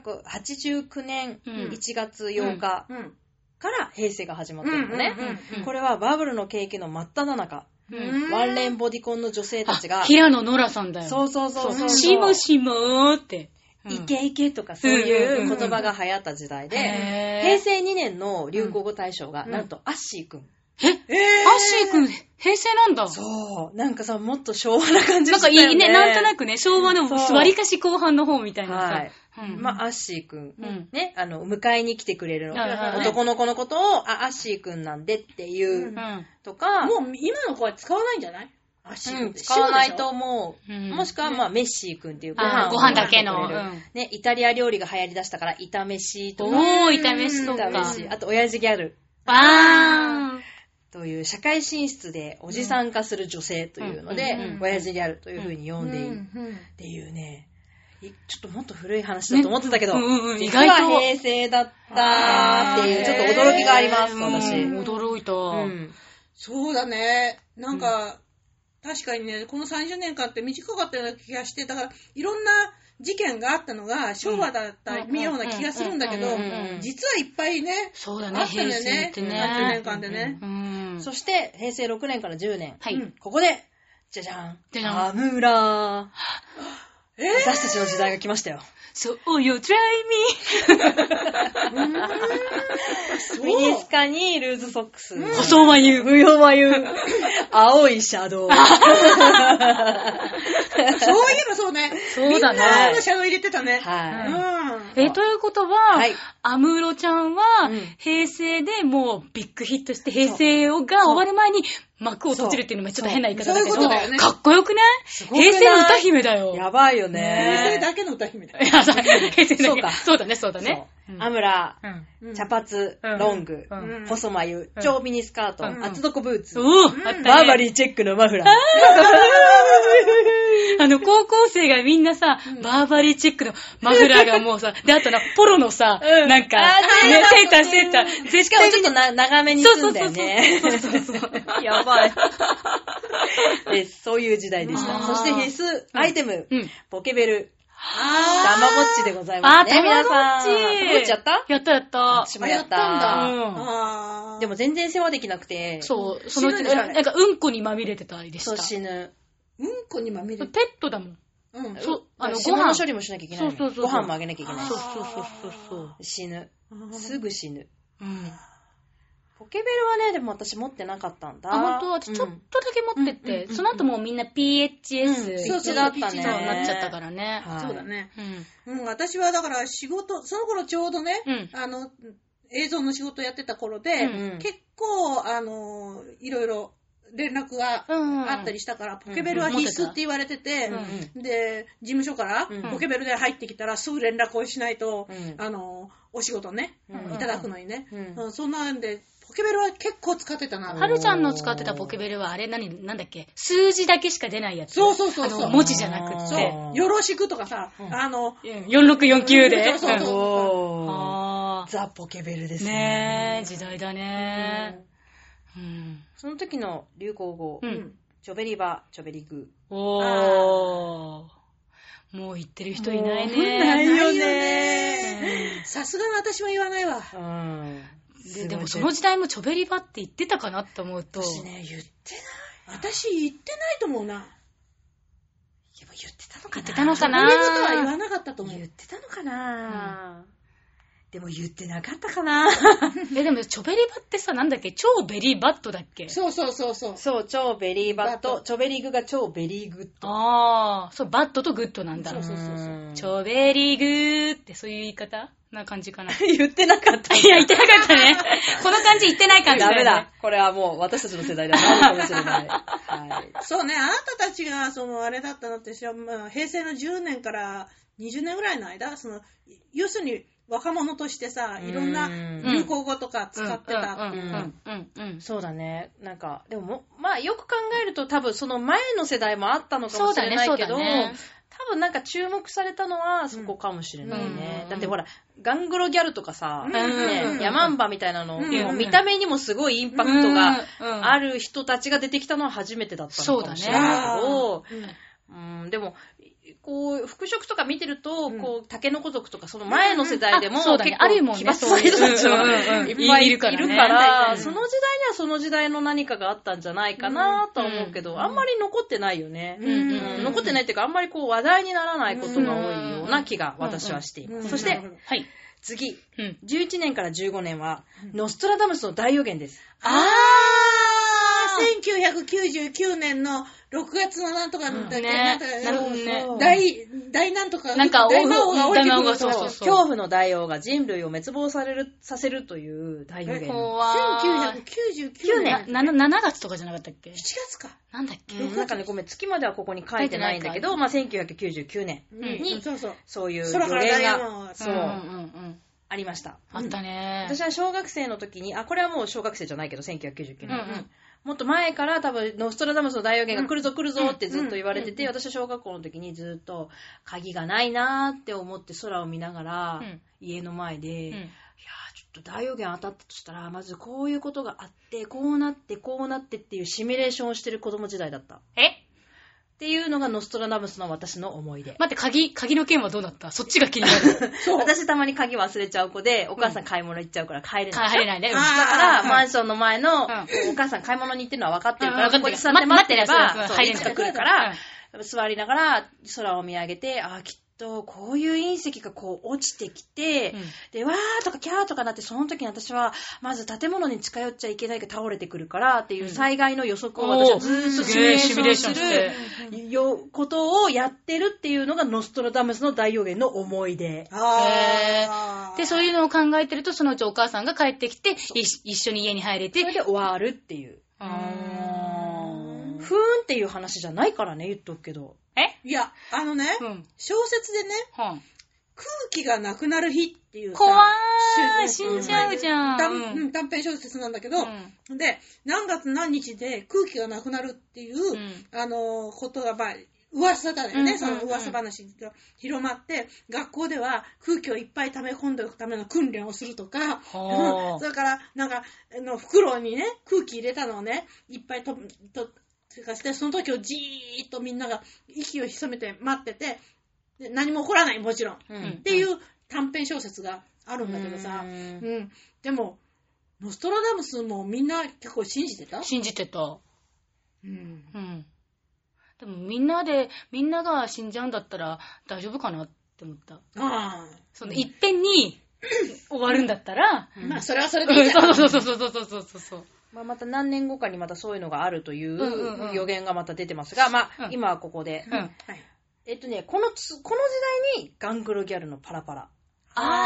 Speaker 2: 1989年
Speaker 1: うん
Speaker 2: 1月8日
Speaker 3: うん。
Speaker 2: から平成が始まってるのね。
Speaker 3: うんうん
Speaker 1: うん
Speaker 2: これはバブルの景気の真っ只中、
Speaker 1: うん
Speaker 2: ワンレンボディコンの女性たちが
Speaker 1: あ、、平野ノラさんだよ。
Speaker 2: そうそうそうそう、
Speaker 1: しもしもーって。うん
Speaker 2: イケイケとかそういう言葉が流行った時代
Speaker 1: うん
Speaker 2: で
Speaker 1: へ、ー
Speaker 2: 平成2年の流行語大賞が、
Speaker 3: うん
Speaker 2: なんとアッシーくん。
Speaker 3: えー
Speaker 1: アッシーくん、平成なんだ。
Speaker 2: そう、なんかさ、もっと昭和な感じ
Speaker 1: なん
Speaker 2: した
Speaker 1: か
Speaker 2: よ
Speaker 1: い
Speaker 2: ね。
Speaker 1: いね、なんとなくね、昭和の
Speaker 2: そう
Speaker 1: 割りかし後半の方みたいなさ。
Speaker 2: はい。
Speaker 1: うん
Speaker 2: まあ、アッシーくん、
Speaker 1: うん
Speaker 2: ね、あの、迎えに来てくれる
Speaker 1: はいはいはい
Speaker 2: 男の子のことを、あ、アッシーくんなんでっていううん
Speaker 1: うん
Speaker 2: とか、うん
Speaker 3: もう今の子は使わないんじゃない足って
Speaker 2: 使わないと。思う。
Speaker 1: うん
Speaker 2: もしくは、まあ、メッシーくんっていう
Speaker 1: あーご
Speaker 2: を
Speaker 1: 飯だけの
Speaker 2: 作ってくれる
Speaker 1: うん
Speaker 2: ね、イタリア料理が流行りだしたから、炒飯とか、
Speaker 1: おー、炒めし
Speaker 3: う
Speaker 1: そ
Speaker 3: ん
Speaker 1: う
Speaker 2: 炒
Speaker 1: か。
Speaker 2: 飯、あと、親父ギャル
Speaker 1: わ
Speaker 2: という、社会進出でおじさん化する女性というの
Speaker 1: うんうん
Speaker 2: で
Speaker 1: う、ん
Speaker 2: 親父ギャルという風に呼んでいる
Speaker 3: うんうん
Speaker 2: っていうね、いちょっともっと古い話だと思ってたけど、
Speaker 1: ねうんうん
Speaker 2: 意
Speaker 1: 意
Speaker 2: 外
Speaker 1: 外
Speaker 2: と
Speaker 1: と
Speaker 2: 平成だったっていう、
Speaker 3: あー
Speaker 2: ちょっと驚きがあります、
Speaker 1: へー
Speaker 2: 私。
Speaker 1: うん驚いた。
Speaker 2: うん
Speaker 3: そうだね。なんか、確かにね、この30年間って短かったような気がして、だから、いろんな事件があったのが、昭和だったような気がするんだけど
Speaker 1: うんうんうんうんうん、
Speaker 3: 実はいっぱいね、
Speaker 1: そうだ
Speaker 3: あ
Speaker 1: ね、
Speaker 3: ったん
Speaker 1: 平
Speaker 3: だよ
Speaker 1: 成っ
Speaker 3: ね、
Speaker 1: て
Speaker 3: 30
Speaker 1: ね
Speaker 3: 年。間でね。
Speaker 1: うん。
Speaker 2: そして、平成6年から10年。
Speaker 1: は
Speaker 3: う
Speaker 1: い
Speaker 3: ん。
Speaker 2: ここで、じゃじゃん。
Speaker 1: じゃじゃん
Speaker 2: アムラー。
Speaker 3: え
Speaker 2: 私たちの時代が来ましたよ。
Speaker 1: そうよ、try
Speaker 2: ミニスカにルーズソックス。
Speaker 1: me! 細 眉。
Speaker 2: 無用眉。青いシャドウ。
Speaker 3: そういえばそうね。
Speaker 1: そうだね
Speaker 3: みんなのシャドウ入れてたね。
Speaker 2: はい。
Speaker 3: う
Speaker 1: え、ということは
Speaker 2: はい、
Speaker 1: アムロちゃんは
Speaker 2: うん、
Speaker 1: 平成でもうビッグヒットして、平成をが終わる前に幕を閉じるっていうのもちょっと変な言い方だけ
Speaker 3: そうそういうことだよね
Speaker 1: ど、かっこよくない
Speaker 2: ごくない
Speaker 1: 平成の歌姫だよ。
Speaker 2: やばいよ
Speaker 3: ん。平成
Speaker 2: ね。
Speaker 3: だけの歌姫だ。
Speaker 1: いや、そう 平成
Speaker 2: そ
Speaker 1: の
Speaker 2: うか
Speaker 1: そうだね、そうだね。
Speaker 2: そう
Speaker 1: うん
Speaker 2: アムラ
Speaker 1: うん
Speaker 3: うん
Speaker 2: 茶髪、
Speaker 1: うん
Speaker 2: ロング、
Speaker 1: うん
Speaker 3: うん
Speaker 2: 細眉、超ミニスカート、
Speaker 1: うん
Speaker 2: 厚底ブーツ、
Speaker 1: おー、あったね。
Speaker 2: バーバリーチェックのマフラー。
Speaker 1: あの、高校生がみんなさ、バーバリーチェックのマフラーがも うさ、で、あとな、ポロのさ、
Speaker 2: うん
Speaker 1: なんか、
Speaker 2: あー
Speaker 1: ね、
Speaker 2: セ
Speaker 1: セ
Speaker 2: ー
Speaker 1: ー
Speaker 2: タ
Speaker 1: タ
Speaker 2: ー
Speaker 1: ー、セーター、
Speaker 2: し
Speaker 1: 絶
Speaker 2: かも
Speaker 1: 対
Speaker 2: ちょっとな長めに住んだよね。
Speaker 1: そうそうそうそう。
Speaker 2: やばい。 でそういう時代でし
Speaker 1: あ
Speaker 2: た。
Speaker 1: ー
Speaker 2: そして必須アイテム、
Speaker 1: うん
Speaker 2: ポケベル、
Speaker 3: あ
Speaker 2: たまごっちでござい
Speaker 1: あ
Speaker 2: ま
Speaker 1: ー、
Speaker 2: すね。
Speaker 1: たま
Speaker 2: 皆さん。
Speaker 1: ご
Speaker 2: たまご
Speaker 1: っ
Speaker 2: っち
Speaker 1: ち。
Speaker 2: やった
Speaker 1: やったやった。
Speaker 2: 私
Speaker 3: ー
Speaker 2: も
Speaker 3: あ
Speaker 2: や
Speaker 3: や
Speaker 2: っ。
Speaker 3: ったたんだ。
Speaker 1: うん
Speaker 3: あー
Speaker 2: でも、全然世話できなくて、
Speaker 1: そう、そのうち、
Speaker 3: 死ぬでしょあれ
Speaker 1: なんか、うんこにまみれてたりで
Speaker 2: そう
Speaker 1: し
Speaker 2: 死ぬ。
Speaker 3: うんこにまみ
Speaker 1: た。
Speaker 3: れ
Speaker 1: ペ
Speaker 3: て。
Speaker 1: ットだもん。
Speaker 3: うん。
Speaker 1: そう、あの、
Speaker 2: 死
Speaker 1: ご
Speaker 2: ぬ
Speaker 1: 飯。
Speaker 2: の処
Speaker 1: そう
Speaker 2: 理もしなきゃいけないの。
Speaker 1: そうそうそう
Speaker 2: ご飯もあげなきゃいけない
Speaker 1: そう。
Speaker 2: の
Speaker 1: そうそうそう。
Speaker 2: 死ぬ。す
Speaker 3: す
Speaker 2: ぐ死ぬ。
Speaker 1: うん。
Speaker 2: ポケベルはね、でも私持ってなかったんだ。
Speaker 1: あ、本当私ちょっ
Speaker 2: うん
Speaker 1: とだけ持ってって、
Speaker 2: うんうん
Speaker 1: その後もうみんな PHS、
Speaker 2: そうそうだったね。
Speaker 1: そうなっちゃったからね。
Speaker 2: はい
Speaker 3: そうだね。
Speaker 1: うん。
Speaker 3: うん、私はだから仕事、その頃ちょうどね、
Speaker 1: うん
Speaker 3: あの、映像の仕事やってた頃で、
Speaker 1: うん
Speaker 2: うん
Speaker 3: 結構、あの、いろいろ連絡が
Speaker 1: うん
Speaker 3: あったりしたから、ポケベルは必須って言われてて、
Speaker 1: うん
Speaker 3: で、事務所から
Speaker 2: うん
Speaker 3: ポケベルで入ってきたらすぐ連絡をしないと、
Speaker 2: うん
Speaker 3: あの、お仕事ね、
Speaker 2: うん
Speaker 3: いただくのにね、
Speaker 2: うん
Speaker 3: うんそんなんで、ポケベルは結構使ってたな。
Speaker 1: はるちゃんの使ってたポケベルはあれ何、なんだっけ数字だけしか出ないやつ。
Speaker 3: そうそうそうそう
Speaker 1: あの、文字じゃなくっ
Speaker 3: そう
Speaker 1: て。
Speaker 2: あー
Speaker 3: よろしくとかさ、あの、
Speaker 1: うん4649で。
Speaker 3: そうそうそう
Speaker 1: うん
Speaker 2: おー
Speaker 1: あー
Speaker 2: ザ・ポケベルです
Speaker 1: ね
Speaker 2: ね。
Speaker 1: え、時代だ
Speaker 2: うん
Speaker 1: ね。うん。
Speaker 2: その時の流行語、
Speaker 1: う。
Speaker 3: うん
Speaker 2: チョベリバ、チョベリグ。
Speaker 1: おー。もう言ってる人いないね。
Speaker 2: もうないよね
Speaker 1: ね
Speaker 3: さすがの私は言わないわ。
Speaker 2: うん。
Speaker 1: ででもその時代もチョベリバって言ってたかなって思うと。
Speaker 2: 私ね、言って
Speaker 3: 私言ってないと思うな。
Speaker 2: 言ってたのか
Speaker 1: 言っ
Speaker 2: な
Speaker 1: てたのかな
Speaker 3: そういうことは言わなかったと思う
Speaker 2: 言っ。てたのかな、でも言ってなかったかな
Speaker 1: え、でも、チョベリバってさ、なんだっけ超ベリーバットだっけ
Speaker 3: そうそうそうそう。
Speaker 2: そう、超ベリーバッ
Speaker 3: バッ
Speaker 2: ト。
Speaker 3: ト
Speaker 2: チョベリグが超ベリーグッド。
Speaker 1: ああ、そう、バットとグッドなんだ。
Speaker 3: そうそうそうそう
Speaker 2: うん
Speaker 1: チョベリグーってそういう言い方な感じか な。い
Speaker 2: 言ってなかった。
Speaker 1: や、言ってなかったね。この感じ言ってない感じ
Speaker 2: ダ
Speaker 1: だよ
Speaker 2: メ
Speaker 1: ね。
Speaker 2: だ。これはもう私たちの世代では ないかもしれない。はい。
Speaker 3: そうね、あなたたちが、その、あれだったのって、しょまあ平成の10年から20年ぐらいの間、その、い要するに若者としてさ、いろんな
Speaker 2: うん
Speaker 3: 流行語とか使って
Speaker 1: うん
Speaker 3: た。
Speaker 1: うんうんうんうん。
Speaker 2: そうだね。なんか、でもも、まあよく考えると多分その前の世代もあったのか
Speaker 1: そ
Speaker 2: も
Speaker 1: う
Speaker 2: し
Speaker 1: だ
Speaker 2: れ
Speaker 1: ね、
Speaker 2: な
Speaker 1: そ
Speaker 2: いうけ
Speaker 1: だ
Speaker 2: ど、
Speaker 1: ね。
Speaker 2: 多分なんか注目されたのはそこかもしれないね。
Speaker 1: うん
Speaker 2: だってほら、ガングロギャルとかさ、
Speaker 3: うん
Speaker 2: ね、ヤマンバみたいなの、
Speaker 3: うん
Speaker 2: もう見た目にもすごいインパクトがあ
Speaker 1: る。
Speaker 2: る人たちが出てきたのは初めてだったのかもしれないけ
Speaker 3: あ
Speaker 2: ど、
Speaker 3: ーうん
Speaker 2: うん、でも、こう、服飾とか見てると、
Speaker 3: うん
Speaker 2: こう、竹の子族とか、その前の世代でも、
Speaker 1: あそうだね
Speaker 2: 結構
Speaker 1: あるもんね
Speaker 2: 奇抜な人たち
Speaker 1: そ
Speaker 2: が
Speaker 1: ういううんうんうん
Speaker 2: いっぱい
Speaker 1: い
Speaker 2: い
Speaker 1: る
Speaker 2: る
Speaker 1: か
Speaker 2: からら、
Speaker 1: ね
Speaker 3: うん
Speaker 2: その時代にはその時代の何かがあったんじゃないかなとは思うけど、
Speaker 1: うん
Speaker 2: あんまり残ってないよね。
Speaker 3: うん
Speaker 2: うん残ってないっていうか、あんまりこう、話題にならないことが多いような気が
Speaker 1: うん
Speaker 2: 私はしています。
Speaker 3: うん
Speaker 2: そし
Speaker 3: な
Speaker 2: て
Speaker 3: るほ、ど
Speaker 1: はい。
Speaker 2: 次、
Speaker 1: うん。
Speaker 2: 11年から15年は、
Speaker 3: うん
Speaker 2: ノストラダムスの大予言です。
Speaker 1: あ
Speaker 3: 1999年の6月のなんとかだっけ、
Speaker 1: うん
Speaker 3: な
Speaker 1: ね
Speaker 3: んとか
Speaker 1: なるほどね
Speaker 3: そう大、大なんとか、
Speaker 1: なんか
Speaker 3: 大魔王が降りてく
Speaker 1: 大魔王
Speaker 3: る
Speaker 1: がそうそう
Speaker 2: 恐怖の大王が人類を滅亡される、させるという大予
Speaker 1: ー。
Speaker 2: 言。
Speaker 1: 怖い。
Speaker 3: 1999
Speaker 1: 9
Speaker 3: 年。
Speaker 1: 年。なな7月とかじゃなかったっけ
Speaker 3: 7月か。
Speaker 1: なんだっけ
Speaker 2: うん、なんかね、ごめん、月まではここに書いてないんだけ
Speaker 1: 書
Speaker 2: ど、まあ、1999年に、
Speaker 3: うんそうそう。
Speaker 2: そういう
Speaker 3: 空からダイヤ
Speaker 2: が
Speaker 3: モンドが
Speaker 2: そう
Speaker 1: うんうんうん。
Speaker 2: ありました。
Speaker 1: あったね。
Speaker 2: 私は小学生の時に、あ、これはもう小学生じゃないけど、1999年。
Speaker 1: うんうん
Speaker 2: もっと前から多分、ノストラダムスの大予言が来るぞ来るぞってずっと言われてて、私は小学校の時にずっと、鍵がないなーって思って空を見ながら、
Speaker 1: うん
Speaker 2: 家の前で、
Speaker 1: う
Speaker 2: いや
Speaker 1: ん
Speaker 2: ーちょっと大予言当たったとしたら、まずこういうことがあって、こうなって、こうなってっていうシミュレーションをしてる子供時代だった。
Speaker 1: え
Speaker 2: っていうのがノストラダムスの私の思い出。
Speaker 1: 待って、鍵、鍵の件はどうなったそっちが 気になる。
Speaker 2: 私たまに鍵忘れちゃう子で、お母さん買い物行っちゃうから帰れない。
Speaker 1: 入れないね。うん
Speaker 3: あー
Speaker 2: だから、マンションの前の、お
Speaker 1: う
Speaker 2: 母さん買い物に行ってるのは分かってるか
Speaker 1: う
Speaker 2: ら、
Speaker 1: ん分
Speaker 2: こ
Speaker 1: か
Speaker 2: こ
Speaker 1: ってる
Speaker 2: に座って待ってれ
Speaker 1: 待ってれば
Speaker 2: ば、そう、
Speaker 1: 入
Speaker 2: い
Speaker 1: れない
Speaker 2: つか来るから、座りながら空を見上げて、あー、きっと、こういう隕石がこう落ちてきて、
Speaker 1: うん
Speaker 2: で、わーとかキャーとかなって、その時に私は、まず建物に近寄っちゃいけないから倒れてくるからっていう災害の予測を私はずーっとシミュレーションす
Speaker 1: おーすげえシミュレーションして
Speaker 2: るよことをやってるっていうのがノストラダムスの大予言の思い出。
Speaker 3: あー
Speaker 1: で、そういうのを考えてると、そのうちお母さんが帰ってきて、い一緒に家に入れて
Speaker 2: それ、で終わるっていう。
Speaker 1: うーん
Speaker 2: ふーんっていう話じゃないからね、言っとくけど。
Speaker 1: え
Speaker 3: いや、あのね、
Speaker 1: うん。
Speaker 3: 小説でね、
Speaker 1: はん。
Speaker 3: 空気がなくなる日っていうさ
Speaker 1: 怖い
Speaker 3: し
Speaker 1: 死んじゃうじゃん。
Speaker 3: 短
Speaker 1: うん
Speaker 3: うん短編小説なんだけど、
Speaker 1: うん
Speaker 3: で、何月何日で空気がなくなるってい
Speaker 1: う
Speaker 3: う、
Speaker 1: ん
Speaker 3: あのーことが、まあ、噂だよね、
Speaker 1: うん
Speaker 3: その噂話が広まって、学校では空気をいっぱい溜め込んでおくための訓練をするとか、
Speaker 1: はあ
Speaker 3: うんそれから、なんか、あの袋にね、空気入れたのをね、いっぱいと、と、とかして、その時をじーっとみんなが息を潜めて待ってて、で何も起こらない、もちろん。っ
Speaker 1: ん
Speaker 3: ていう短編小説があるんだけどさ、うん。でも、ノストラダムスもみんな結構信じてた
Speaker 1: 信じてた。
Speaker 3: うん。
Speaker 1: うん。でもみんなで、みんなが死んじゃうんだったら大丈夫かなって思った。
Speaker 3: あ
Speaker 1: その、いっぺん に終わるんだったら、
Speaker 3: あ。まあ、それはそれ
Speaker 1: う
Speaker 3: でいい
Speaker 1: ん
Speaker 3: じゃん。
Speaker 1: そうそうそうそうそうそうそうそう。
Speaker 2: まあ、また何年後かにまたそういうのがあるとい
Speaker 1: んうんうん
Speaker 2: う予言がまた出てますが、まあ
Speaker 1: う、ん
Speaker 2: 今はここで。
Speaker 1: うん。
Speaker 3: はい。
Speaker 2: えっとね、このつ、この時代にガングロギャルのパラパラ。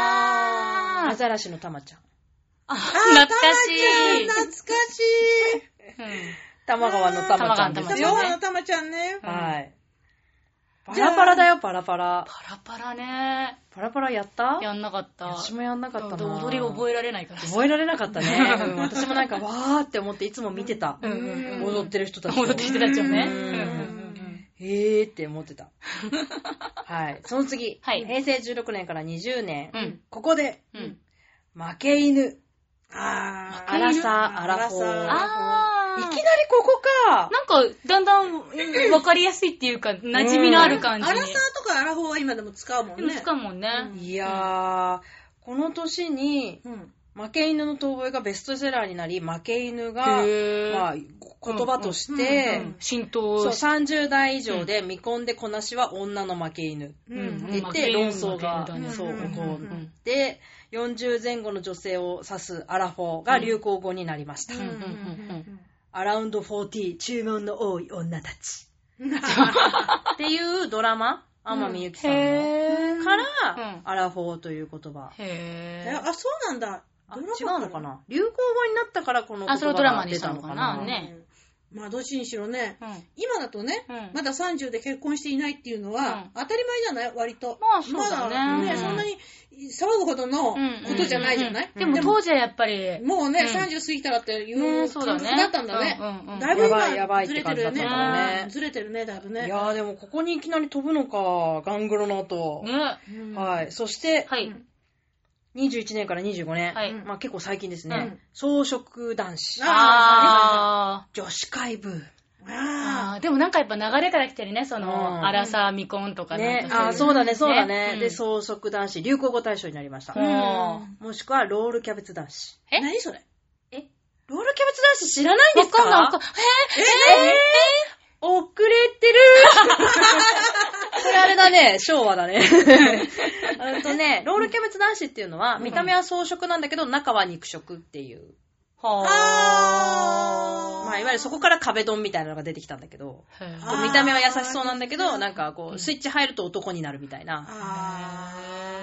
Speaker 1: あ
Speaker 2: ア
Speaker 1: ー
Speaker 2: ザラシのタマちゃん。
Speaker 1: あ、
Speaker 3: あ
Speaker 1: 懐かしい。
Speaker 3: たまちゃん懐かしい。
Speaker 2: 玉川のタマちゃんで
Speaker 1: 玉
Speaker 2: す
Speaker 1: 川の
Speaker 2: よ
Speaker 1: 玉
Speaker 3: 今
Speaker 1: ちゃん
Speaker 3: 日
Speaker 1: ね
Speaker 2: ね。
Speaker 3: のたまちゃんね。
Speaker 1: ちゃん
Speaker 2: はい。パ
Speaker 3: じゃあ
Speaker 2: ラパラだよ、パラパラ。
Speaker 1: パラパラね。
Speaker 2: パラパラやった
Speaker 1: やんなかった。
Speaker 2: 私もやんなかったな。
Speaker 1: 踊り覚えられないから。
Speaker 2: 覚えられなかったね。うん私もなんか、わーって思っていつも見てた。
Speaker 1: うんうんうん
Speaker 2: 踊ってる人たちを。
Speaker 1: 戻ってきてたちゃね。
Speaker 2: うん
Speaker 1: うんうんうん
Speaker 2: へーって思ってた。はい。その次。
Speaker 1: はい
Speaker 2: 平成16年から20年。
Speaker 1: うん
Speaker 2: ここで、
Speaker 1: うん
Speaker 2: 負け犬。
Speaker 3: あ
Speaker 2: アラサー、アラフォー。
Speaker 3: アラサ
Speaker 1: あ
Speaker 2: いき
Speaker 1: ー
Speaker 2: なりここか。
Speaker 1: なんか、だんだん、うんわかりやすいっていうか、馴染みのある感じ
Speaker 3: アラサ
Speaker 1: に。
Speaker 3: ーとかアラフォーは今でも使うもん
Speaker 1: でも
Speaker 3: ね。
Speaker 1: 使うもんね。
Speaker 2: いやー、この年に、
Speaker 3: うん。
Speaker 2: 負け犬の遠吠えがベストセラーになり、負け犬が、
Speaker 1: へー
Speaker 2: まあ、言葉として、
Speaker 3: うんうん
Speaker 1: 浸透
Speaker 2: そう、
Speaker 1: し
Speaker 2: 30代以上で未婚でこなしは女の負け犬。
Speaker 3: うん
Speaker 1: うん
Speaker 2: って言って、論争が
Speaker 1: 負け犬だね、
Speaker 2: そう、
Speaker 3: うん
Speaker 2: 起こ
Speaker 3: うん
Speaker 2: って、40前後の女性を指すアラフォーが流行語になりました。
Speaker 3: うんうんうん
Speaker 2: アラウンド40、注文の多い女たち。
Speaker 3: うん
Speaker 2: っていうドラマ、天海祐希さんの。
Speaker 1: へー
Speaker 2: から、
Speaker 1: うん
Speaker 2: アラフォーという言葉。
Speaker 1: へ
Speaker 3: え
Speaker 1: ー
Speaker 3: あ、そうなんだ。
Speaker 2: あ、違
Speaker 3: ドラ
Speaker 2: う
Speaker 3: マ
Speaker 2: のかな流行語になったからこの
Speaker 1: あ
Speaker 2: 言
Speaker 1: それを
Speaker 2: 葉
Speaker 1: ドラマ
Speaker 2: が
Speaker 1: に
Speaker 2: 出
Speaker 1: した
Speaker 2: た
Speaker 1: の
Speaker 2: の
Speaker 1: か
Speaker 2: かな。
Speaker 1: なね
Speaker 3: うんまあ、どっちにしろね、
Speaker 1: うん
Speaker 3: 今だとね、
Speaker 1: うん
Speaker 3: まだ30で結婚していないっていうのは、当たり前じゃない割と。
Speaker 1: まあそうだね
Speaker 3: ま
Speaker 1: うん
Speaker 3: そんなに騒ぐほどのことじゃないじゃない、
Speaker 1: うんうんうんでも当時はやっぱり、
Speaker 3: もうね、
Speaker 1: うん
Speaker 3: 30過ぎたらってい
Speaker 1: ね
Speaker 3: う
Speaker 1: そうだ
Speaker 3: 感
Speaker 1: ね
Speaker 3: 覚だったんだね。
Speaker 1: うんうんうん
Speaker 3: だいぶ
Speaker 2: やばいやば
Speaker 3: 今、
Speaker 2: いって
Speaker 3: ずれて
Speaker 2: 感
Speaker 3: る
Speaker 2: じだ
Speaker 3: よ
Speaker 2: った
Speaker 3: ね
Speaker 2: か
Speaker 1: だ
Speaker 2: らね。
Speaker 3: ずれてるね、だいぶね。
Speaker 2: いやーでもここにいきなり飛ぶのか、ガングロの後。
Speaker 1: ね。
Speaker 3: うん
Speaker 2: はい。そして、
Speaker 1: はい。
Speaker 2: 21年から25年。
Speaker 1: はい
Speaker 2: まあ結構最近です
Speaker 1: う
Speaker 2: ね
Speaker 1: ん。
Speaker 2: 装飾男子。
Speaker 3: あ
Speaker 1: あ
Speaker 2: 女子会ブーム。
Speaker 1: ー
Speaker 3: あ
Speaker 1: あー。でもなんかやっぱ流れから来てるね、そ
Speaker 2: うん
Speaker 1: の、アラサー未婚とかなん
Speaker 2: ね。
Speaker 1: か
Speaker 2: あー、そうだね、そうだね。
Speaker 1: うん
Speaker 2: で、装飾男子、流行語大賞になりました。
Speaker 1: うん
Speaker 2: もしくは、ロールキャベツ男子。
Speaker 3: あ。
Speaker 1: え
Speaker 3: 何それ
Speaker 2: ロールキャベツ男子知らないんですか
Speaker 1: わかんないわかん
Speaker 2: ええ遅れてるこれあれだね、昭和だね。 うんとね、ロールキャベツ男子っていうのは、見た目は装飾なんだけど、中は肉食っていう。
Speaker 3: あー
Speaker 2: まあ、いわゆるそこから壁ドンみたいなのが出てきたんだけど、
Speaker 1: へー
Speaker 3: あー
Speaker 2: 見た目は優しそうなんだけど、なんかこう、スイッチ入ると男になるみたいな、
Speaker 3: あ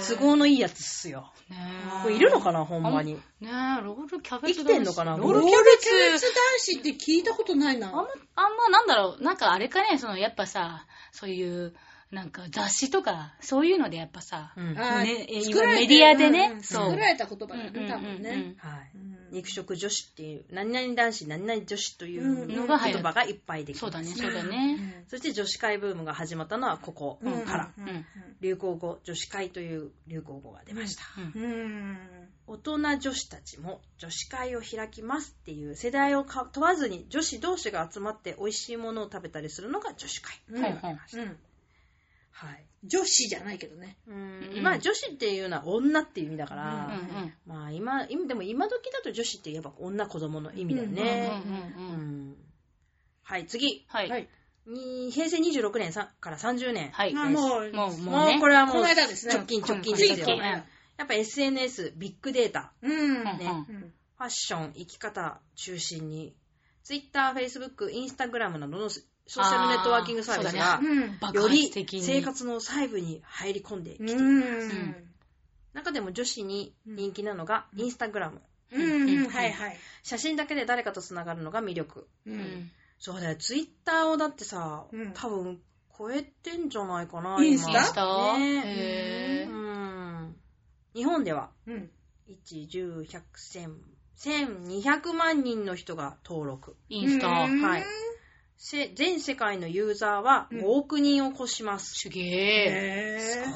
Speaker 2: 都合のいいやつっすよ。
Speaker 1: ね
Speaker 3: あ
Speaker 2: これいるのかな、ほんまに。
Speaker 1: えねえ、ロールキャベ
Speaker 2: 生
Speaker 1: ツ
Speaker 2: きてんのかな
Speaker 1: ロ
Speaker 3: ー。
Speaker 1: ー
Speaker 3: ロ
Speaker 1: ル
Speaker 3: ー
Speaker 1: キ
Speaker 3: ル
Speaker 1: ャ
Speaker 3: キ
Speaker 1: ベ
Speaker 3: ャベ
Speaker 1: ツ
Speaker 3: ツ男子って聞いたことないな。
Speaker 1: あんま、あんまなんだろう、なんかあれかね、その、やっぱさ、そういう、なんか雑誌とか、そういうのでやっぱさ、
Speaker 2: うん
Speaker 3: あー
Speaker 1: ねえ
Speaker 3: 作られて
Speaker 1: メディアでね
Speaker 3: うんうん
Speaker 1: そう
Speaker 3: 作られた言葉
Speaker 1: う
Speaker 3: だ
Speaker 1: ん
Speaker 3: よ
Speaker 1: うんう
Speaker 3: ね、多分
Speaker 1: んう
Speaker 3: ね
Speaker 1: ん。
Speaker 2: はい。
Speaker 3: うん
Speaker 2: 肉食女子っていう、何々男子、何々女子という
Speaker 3: うん
Speaker 2: のが言葉がいっぱいできる。
Speaker 1: そうだね、そうだね。
Speaker 2: そして女子会ブームが始まったのはここ
Speaker 3: うん
Speaker 2: から。
Speaker 3: うん
Speaker 1: うん
Speaker 2: 流行語、女子会という流行語が出ました。
Speaker 1: うん
Speaker 3: うん
Speaker 2: 大人女子たちも女子会を開きますっていう世代をか問わずに女子同士が集まって美味しいものを食べたりするのが女子会。
Speaker 3: うん
Speaker 1: はいはい
Speaker 3: うん
Speaker 2: はい。
Speaker 3: 女子じゃないけどね。
Speaker 2: うん
Speaker 1: うん
Speaker 2: まあ女子っていうのは女っていう意味だか
Speaker 1: う
Speaker 2: ら、
Speaker 1: んうん
Speaker 2: まあ今、今でも今時だと女子って言えば女子供の意味だよ
Speaker 1: うん
Speaker 2: ね。
Speaker 1: うんうん
Speaker 2: うんはい、次。
Speaker 1: はい。はい。
Speaker 3: い。
Speaker 2: に平成26年さから30年。
Speaker 1: はい。
Speaker 3: まあもう、
Speaker 1: もう、
Speaker 2: も
Speaker 1: も
Speaker 2: う
Speaker 1: うね。
Speaker 2: これはもう
Speaker 3: この間ですね
Speaker 2: 直近直近
Speaker 1: うん
Speaker 2: で
Speaker 3: つ
Speaker 2: す
Speaker 3: い
Speaker 2: よ。
Speaker 3: 昨日
Speaker 2: やっぱ SNS、ビッグデータ、
Speaker 3: うん。
Speaker 1: うんうん
Speaker 3: うん
Speaker 2: ファッション、生き方中心に、Twitter、Facebook、Instagram などのソーシャルネットワーキングサービスが
Speaker 1: あー、
Speaker 3: うん
Speaker 1: 爆
Speaker 2: より
Speaker 1: 発的に。
Speaker 2: 生活の細部に入り込んできている、
Speaker 3: うん。
Speaker 2: 中でも女子に人気なのが Instagram。
Speaker 3: うんうん。はいはい。
Speaker 2: 写真だけで誰かとつながるのが魅力。
Speaker 3: う。
Speaker 1: うんん。
Speaker 2: そうだよ、Twitter をだってさ、
Speaker 3: うん
Speaker 2: 多分超えてんじゃないかな、
Speaker 3: インスタ
Speaker 1: イ
Speaker 2: 今
Speaker 1: ンスタ
Speaker 2: ね
Speaker 1: へ
Speaker 2: う
Speaker 1: ー
Speaker 2: ん。日本では、
Speaker 3: うん。
Speaker 2: 1、10、100、1000、1200万人の人が登録。
Speaker 1: インスタ。
Speaker 3: うん
Speaker 2: はい。せ全世界のユーザーは
Speaker 3: うん
Speaker 2: 5億人を超します。
Speaker 1: すげえ。
Speaker 3: へ
Speaker 2: すごい
Speaker 3: ー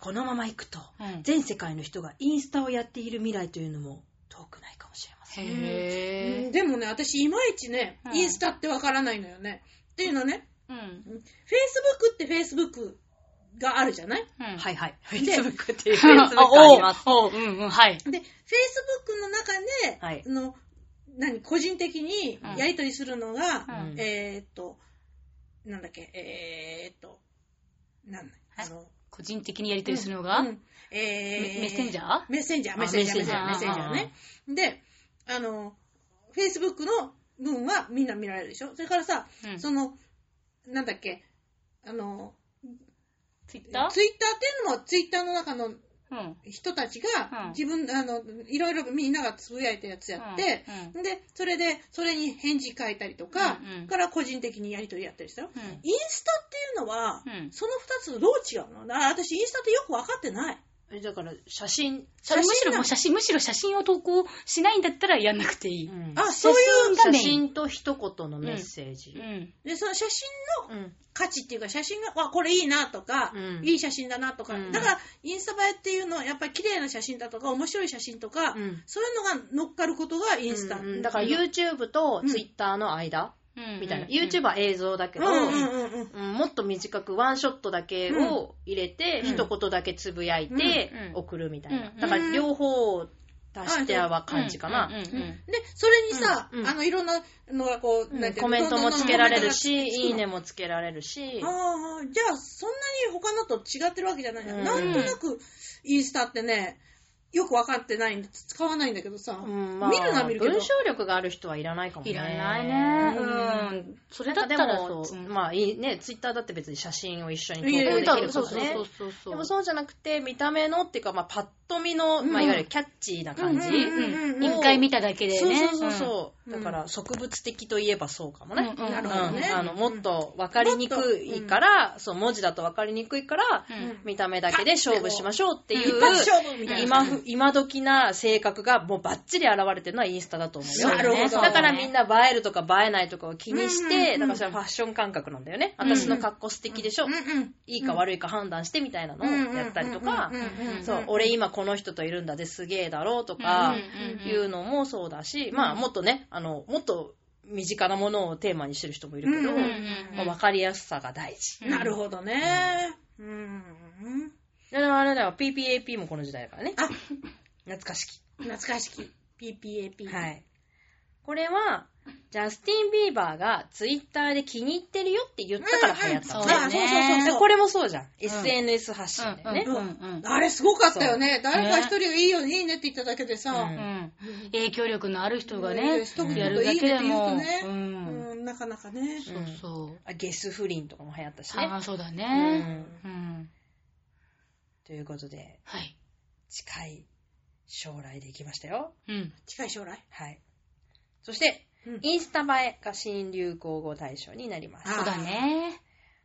Speaker 2: このままいくと、
Speaker 1: うん
Speaker 2: 全世界の人がインスタをやっている未来というのも遠くないかもしれません。
Speaker 1: へ
Speaker 3: うん
Speaker 1: え。
Speaker 3: でもね、私、いまいちね
Speaker 1: う、ん
Speaker 3: インスタってわからないのよね。っていうのね、
Speaker 1: うん。
Speaker 3: フェイスブックってフェイスブックがあるじゃない
Speaker 1: うん。。
Speaker 2: はいい はい。
Speaker 3: で
Speaker 2: Facebook っていう
Speaker 1: あ
Speaker 2: Facebook あります。
Speaker 1: おうおう、うんうん、はい。
Speaker 3: で、フェイスブックの中で、
Speaker 2: はい
Speaker 3: あの、何、個人的にやりとりするのが、
Speaker 1: うん
Speaker 2: うん
Speaker 3: えーっと、なんだっけ、えーっと、なんだ
Speaker 1: はい
Speaker 3: あの、
Speaker 1: 個人的にやりとりするのが、
Speaker 3: う
Speaker 1: メ
Speaker 3: んえー
Speaker 1: メッセンジャー
Speaker 3: メッセンジャー、
Speaker 2: あ
Speaker 3: メッセンジャー、
Speaker 2: メ
Speaker 3: メ
Speaker 2: ッ
Speaker 3: ッ
Speaker 2: セ
Speaker 3: セ
Speaker 2: ン
Speaker 3: ン
Speaker 2: ジャ
Speaker 3: ジ
Speaker 2: ー
Speaker 3: ャー、ね。で、あの、Facebook の分はみんな見られるでしょそれからさ、
Speaker 1: うん
Speaker 3: その、なんだっけ、あの、
Speaker 1: ツイッター
Speaker 3: Twitter っていうのも Twitter の中の
Speaker 1: うん。
Speaker 3: 人たちが
Speaker 1: うん
Speaker 3: 自分、あの、いろいろみんながつぶやいたやつやって、
Speaker 1: う
Speaker 3: で、それで、それに返事書いたりとか、
Speaker 1: うんうん
Speaker 3: から個人的にやりとりやったりしたよ。
Speaker 1: うん
Speaker 3: インスタっていうのは、
Speaker 1: うん
Speaker 3: その二つどう違うのだから私インスタってよく分かってない。
Speaker 2: えだから、写真、
Speaker 1: それむしろ
Speaker 3: な
Speaker 1: もう写真、むしろ写真を投稿しないんだったらやんなくていい。
Speaker 3: あ、そういう
Speaker 1: 写
Speaker 2: 写
Speaker 1: 真
Speaker 2: 真と一言のメッセー
Speaker 1: う
Speaker 2: ジ。
Speaker 1: ん。
Speaker 3: で、その写真の
Speaker 2: うん
Speaker 3: 価値っていうか、写真が、わ、これいいなとか、
Speaker 2: うん
Speaker 3: いい写真だなとか、
Speaker 2: うん
Speaker 3: だから、インスタ映えっていうのは、やっぱり綺麗な写真だとか、面白い写真とか、
Speaker 2: うん
Speaker 3: そういうのが乗っかることがインスタ。
Speaker 2: うんだから YouTube と Twitter の間
Speaker 1: うん
Speaker 2: みたいな。
Speaker 1: うん
Speaker 2: YouTube は映像だけ
Speaker 3: うん
Speaker 2: ど、
Speaker 3: うんうんうん。
Speaker 2: うんもっと短くワンショットだけを入れて、
Speaker 3: うん
Speaker 2: 一言だけつぶやいて
Speaker 1: うん
Speaker 2: 送るみたいな、
Speaker 1: うん
Speaker 2: だから両方出しては感じかな。
Speaker 4: うんうんうんうん
Speaker 3: で、それにさ、
Speaker 2: うんうん
Speaker 3: あの、いろんなのがこう、なんていうの
Speaker 2: コメントもつけられるし、
Speaker 3: どんどんどんどん
Speaker 2: いいねもつけられるし。
Speaker 3: ああ、じゃあ、そんなに他のと違ってるわけじゃないじゃん。
Speaker 2: うん
Speaker 3: なんとなく、インスタってね、よく分かってないんで、使わないんだけどさ、
Speaker 2: うんまあ
Speaker 3: 見るのは見るけど
Speaker 2: 文、章力がある人はいらないかもね。
Speaker 4: いらないね。
Speaker 3: う
Speaker 4: うんん。それだったら
Speaker 2: な
Speaker 4: そ
Speaker 2: んか
Speaker 4: う。
Speaker 2: で
Speaker 4: う
Speaker 2: も
Speaker 4: ん
Speaker 2: まあいいね、ツイッターだって別に写真を一緒に投
Speaker 3: い
Speaker 2: 稿
Speaker 3: やいや
Speaker 2: できるからね。
Speaker 4: そうそうそうそうそう。
Speaker 2: でもそうじゃなくて、見た目のっていうか、まあ、パッと見の、まあ、いわゆるキャッチーな感じ。
Speaker 3: うんうん
Speaker 4: うん一回見ただけでね。
Speaker 2: そうそうそうそう、
Speaker 3: う
Speaker 2: だ
Speaker 3: ん
Speaker 2: から、植物的といえばそうかもね。
Speaker 4: うんうん
Speaker 3: な
Speaker 2: う
Speaker 3: る
Speaker 2: ん
Speaker 3: ほどね。
Speaker 2: あのもっと分かりにくいから、そう文字だと分かりにくいから、
Speaker 4: うん。うん
Speaker 2: 見た目だけで勝負しましょうっていう、
Speaker 3: 一発勝負みたいな。
Speaker 2: 今ふ今時な性格がもうバッチリ現れてるのはインスタだと思うよ。
Speaker 3: なるほど
Speaker 2: だからみんな映えるとか映えないとかを気にして、
Speaker 3: うんうんうん
Speaker 2: だからそれはファッション感覚なんだよね。
Speaker 4: うん
Speaker 2: 私の格好素敵でしょ、
Speaker 3: うんうん
Speaker 2: いいか悪いか判断してみたいなのをやったりとか、
Speaker 3: うんうんうんうん
Speaker 2: そう、俺今この人といるんだですげえだろうと
Speaker 4: う
Speaker 2: か、
Speaker 4: ん
Speaker 2: いうのもそうだし、まあもっとね、あの、もっと身近なものをテーマにしてる人もいるけど、
Speaker 3: うんうん
Speaker 4: うん
Speaker 2: まあ、分かりやすさが大事。
Speaker 3: なるほどね。うんうん
Speaker 2: であれだよ、PPAP もこの時代だからね。
Speaker 3: あ、
Speaker 2: 懐かしき。
Speaker 3: 懐かしき。PPAP。。
Speaker 2: はいい。これは、ジャスティン・ビーバーがツイッターで気に入ってるよって言ったから流行ったの
Speaker 4: うん
Speaker 2: ね。
Speaker 4: うんそうだね
Speaker 2: あそうそうそうこれもそうじゃん。
Speaker 4: ん
Speaker 2: SNS 発信だよね。
Speaker 4: うんうん
Speaker 3: あれすごかったよね。
Speaker 4: う
Speaker 3: 誰か一人がいいよ、いいねって言っただけでさ、
Speaker 2: うん
Speaker 4: うん。影響力のある人が
Speaker 3: うん
Speaker 4: ね
Speaker 3: 一言、
Speaker 4: やるだけでも。
Speaker 3: いいねって言う
Speaker 4: う
Speaker 3: とね
Speaker 4: ん。
Speaker 3: うんなかなかね。
Speaker 4: そうそう。
Speaker 2: あゲス不倫とかも流行ったしね
Speaker 4: あ。あ、そうだ
Speaker 2: う
Speaker 4: ね。
Speaker 2: ん。
Speaker 4: うん。
Speaker 2: ということで、
Speaker 4: はい。
Speaker 2: 近い将来でいきましたよ。
Speaker 4: うん。
Speaker 3: 近い将来。
Speaker 2: はい。そして、
Speaker 3: うん
Speaker 2: インスタ映えが新流行語大賞になります。
Speaker 4: そうだね。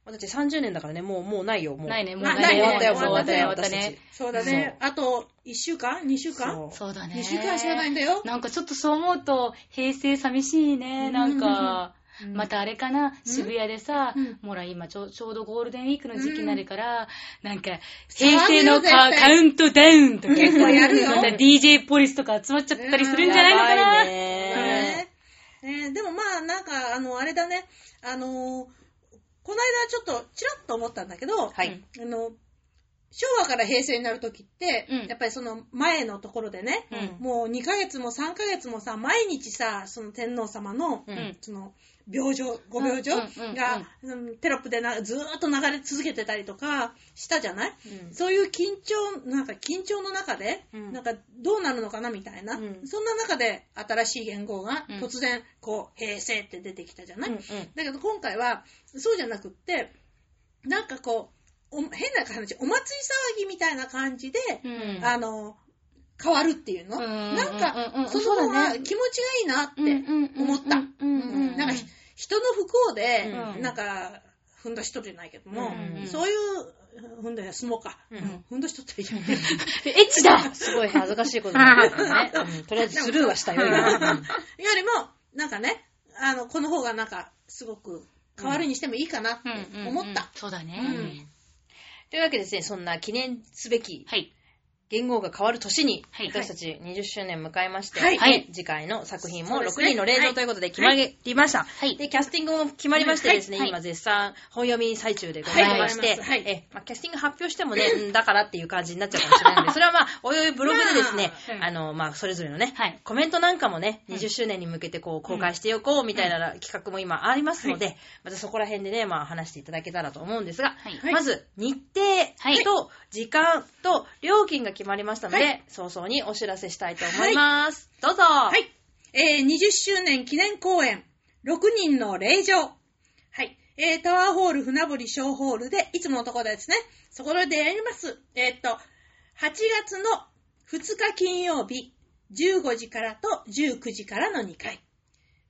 Speaker 2: だって30年だからね、もう、もうないよ、もう。
Speaker 4: ないね、もう
Speaker 3: な
Speaker 4: ないね。
Speaker 2: 終わったよ、もう
Speaker 4: 終
Speaker 2: 終
Speaker 4: わっ
Speaker 2: わったた
Speaker 4: ね、終わった
Speaker 2: よ、私た
Speaker 4: ね
Speaker 2: ち。。
Speaker 3: そうだね。あと、1週間 ?2 週間
Speaker 2: そう
Speaker 4: そうだね。
Speaker 3: ?2 週間しかないんだよ。
Speaker 4: なんかちょっとそう思うと、平成寂しいね。なんか、またあれかな、渋谷でさ
Speaker 3: うん、
Speaker 4: ほら今ちょちょうどゴールデンウィークの時期になるから、なんか、
Speaker 3: 騒ぐよ
Speaker 4: 平成のカ
Speaker 3: 絶対
Speaker 4: カウントダウンとか、
Speaker 3: 結構やるよ
Speaker 4: また DJ ポリスとか集まっちゃったりするんじゃないのか
Speaker 2: やば
Speaker 4: な。
Speaker 2: いね
Speaker 3: ねえーでもまあなんかあのあれだねあのーこの間ちょっとちらっと思ったんだけど、
Speaker 2: はい。
Speaker 3: あの昭和から平成になる時って、
Speaker 4: うん
Speaker 3: やっぱりその前のところでね、
Speaker 2: うん
Speaker 3: もう2ヶ月も3ヶ月もさ毎日さその天皇様の、
Speaker 2: うん
Speaker 3: その病状ご病状
Speaker 4: うん
Speaker 3: が
Speaker 4: うんうんうん、
Speaker 3: うんテロップでなずーっと流れ続けてたりとかしたじゃない、
Speaker 2: うん
Speaker 3: そういう緊張なんか緊張の中で、
Speaker 2: うん
Speaker 3: なんかどうなるのかなみたいな、
Speaker 2: うん
Speaker 3: そんな中で新しい言語が
Speaker 4: うん
Speaker 3: 突然こう平成って出てきたじゃない、
Speaker 2: うんうん
Speaker 3: だけど今回はそうじゃなくってなんかこうお変な話お祭り騒ぎみたいな感じで、
Speaker 4: うん
Speaker 3: あの変わるっていうの、
Speaker 4: うん
Speaker 3: なん
Speaker 4: うんうんう
Speaker 3: か
Speaker 4: ん
Speaker 3: その方
Speaker 4: そうだ
Speaker 3: が
Speaker 4: ね
Speaker 3: 気持ちがいいなっ
Speaker 4: うん
Speaker 3: て思った、
Speaker 4: うんうんうんうん
Speaker 3: なんかひ人の不幸で、
Speaker 2: うん
Speaker 3: なんかふんどしとじゃないけども、
Speaker 2: うん
Speaker 3: そういうふんどし相撲か、
Speaker 2: うん
Speaker 3: ふんどしとったらいいじゃん
Speaker 4: エッチだ
Speaker 2: すごい恥ずかしい ことになったね。うんとりあえずスルーはしたよ、今。うん
Speaker 3: よりも、なんかね、あの、この方がなんか、すごく変わるにしてもいいかなって思った。
Speaker 4: そうだね。
Speaker 3: うん
Speaker 2: というわけでですね、そんな記念すべき
Speaker 4: はい。
Speaker 2: 言語が変わる年に、
Speaker 4: はい
Speaker 2: 私たち20周年迎えまして、
Speaker 3: はい
Speaker 4: はい
Speaker 2: 次回の作品
Speaker 3: そ
Speaker 2: も
Speaker 3: う
Speaker 2: 6
Speaker 3: ですね
Speaker 2: 人の令
Speaker 3: は
Speaker 2: 像
Speaker 3: い
Speaker 2: ということで決まりました。
Speaker 4: はい
Speaker 2: で、キャスティングも決まりましてですね、
Speaker 4: はい
Speaker 2: 今絶賛本読み最中でございまして、
Speaker 3: はいはい
Speaker 2: えまあ、キャスティング発表してもね、うんだからっていう感じになっちゃうかもしれないので、それはまあ、およいブログでですね、
Speaker 4: ま
Speaker 2: あ
Speaker 4: あ
Speaker 2: の、まあ、それぞれのね、
Speaker 4: はい
Speaker 2: コメントなんかもね、20周年に向けてこう、公開しておこうみたいな企画も今ありますので、またそこら辺でね、まあ、話していただけたらと思うんですが、
Speaker 4: はい
Speaker 2: まず、日
Speaker 4: はい
Speaker 2: 程と時間と料金が決まりましたので、
Speaker 3: は
Speaker 2: 早々にお知らせしたいと思います。どうぞ
Speaker 3: はい。えー、20周年記念公演、6人の霊場。はい。えー、タワーホール船堀小ホールで、いつものところですね。そこでやります。えーっと、8月の2日金曜日、15時からと19時からの2回。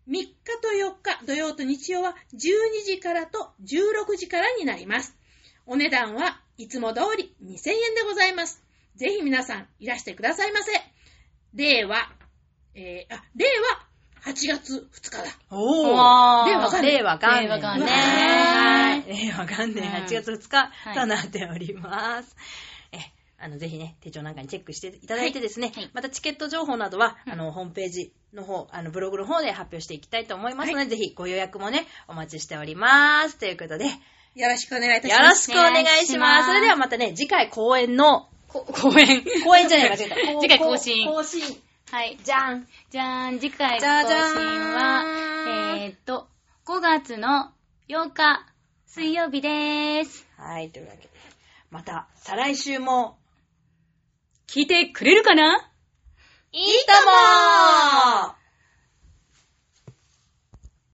Speaker 3: 3日と4日、土曜と日曜は12時からと16時からになります。お値段はいつも通り2000円でございます。ぜひ皆さんいらしてくださいませ。令和、えー、あ、令和8月2日だ。
Speaker 2: お
Speaker 4: わー
Speaker 2: 令和元年。令和元
Speaker 4: 令和元
Speaker 2: 年。
Speaker 4: 年
Speaker 2: はい令和元年
Speaker 4: うん
Speaker 2: 8月2日
Speaker 4: い
Speaker 2: となっております。え、あの、ぜひね、手帳なんかにチェックしていただいてですね、
Speaker 4: はいはい
Speaker 2: またチケット情報などは、あの、ホームページの方、あの、ブログの方で発表していきたいと思いますので、ぜひご予約もね、お待ちしております。ということで、よ
Speaker 3: よろしくお願いいたします。
Speaker 2: ろしくお願いし
Speaker 4: お願いし
Speaker 2: ま。
Speaker 4: ますす
Speaker 2: それ ではまたね、次回公演の、
Speaker 4: こ公演。
Speaker 2: 公演じゃない、間違えた。
Speaker 4: 次回更新
Speaker 2: こう更新。
Speaker 1: はい。
Speaker 2: じゃん。
Speaker 1: じゃーん、次回更
Speaker 2: じゃじゃーん
Speaker 1: 新は、えーっと、5月の8日、水曜日でーす。
Speaker 2: はい、というわけで。また、再来週も、
Speaker 1: 聞いてくれるかない
Speaker 2: いとも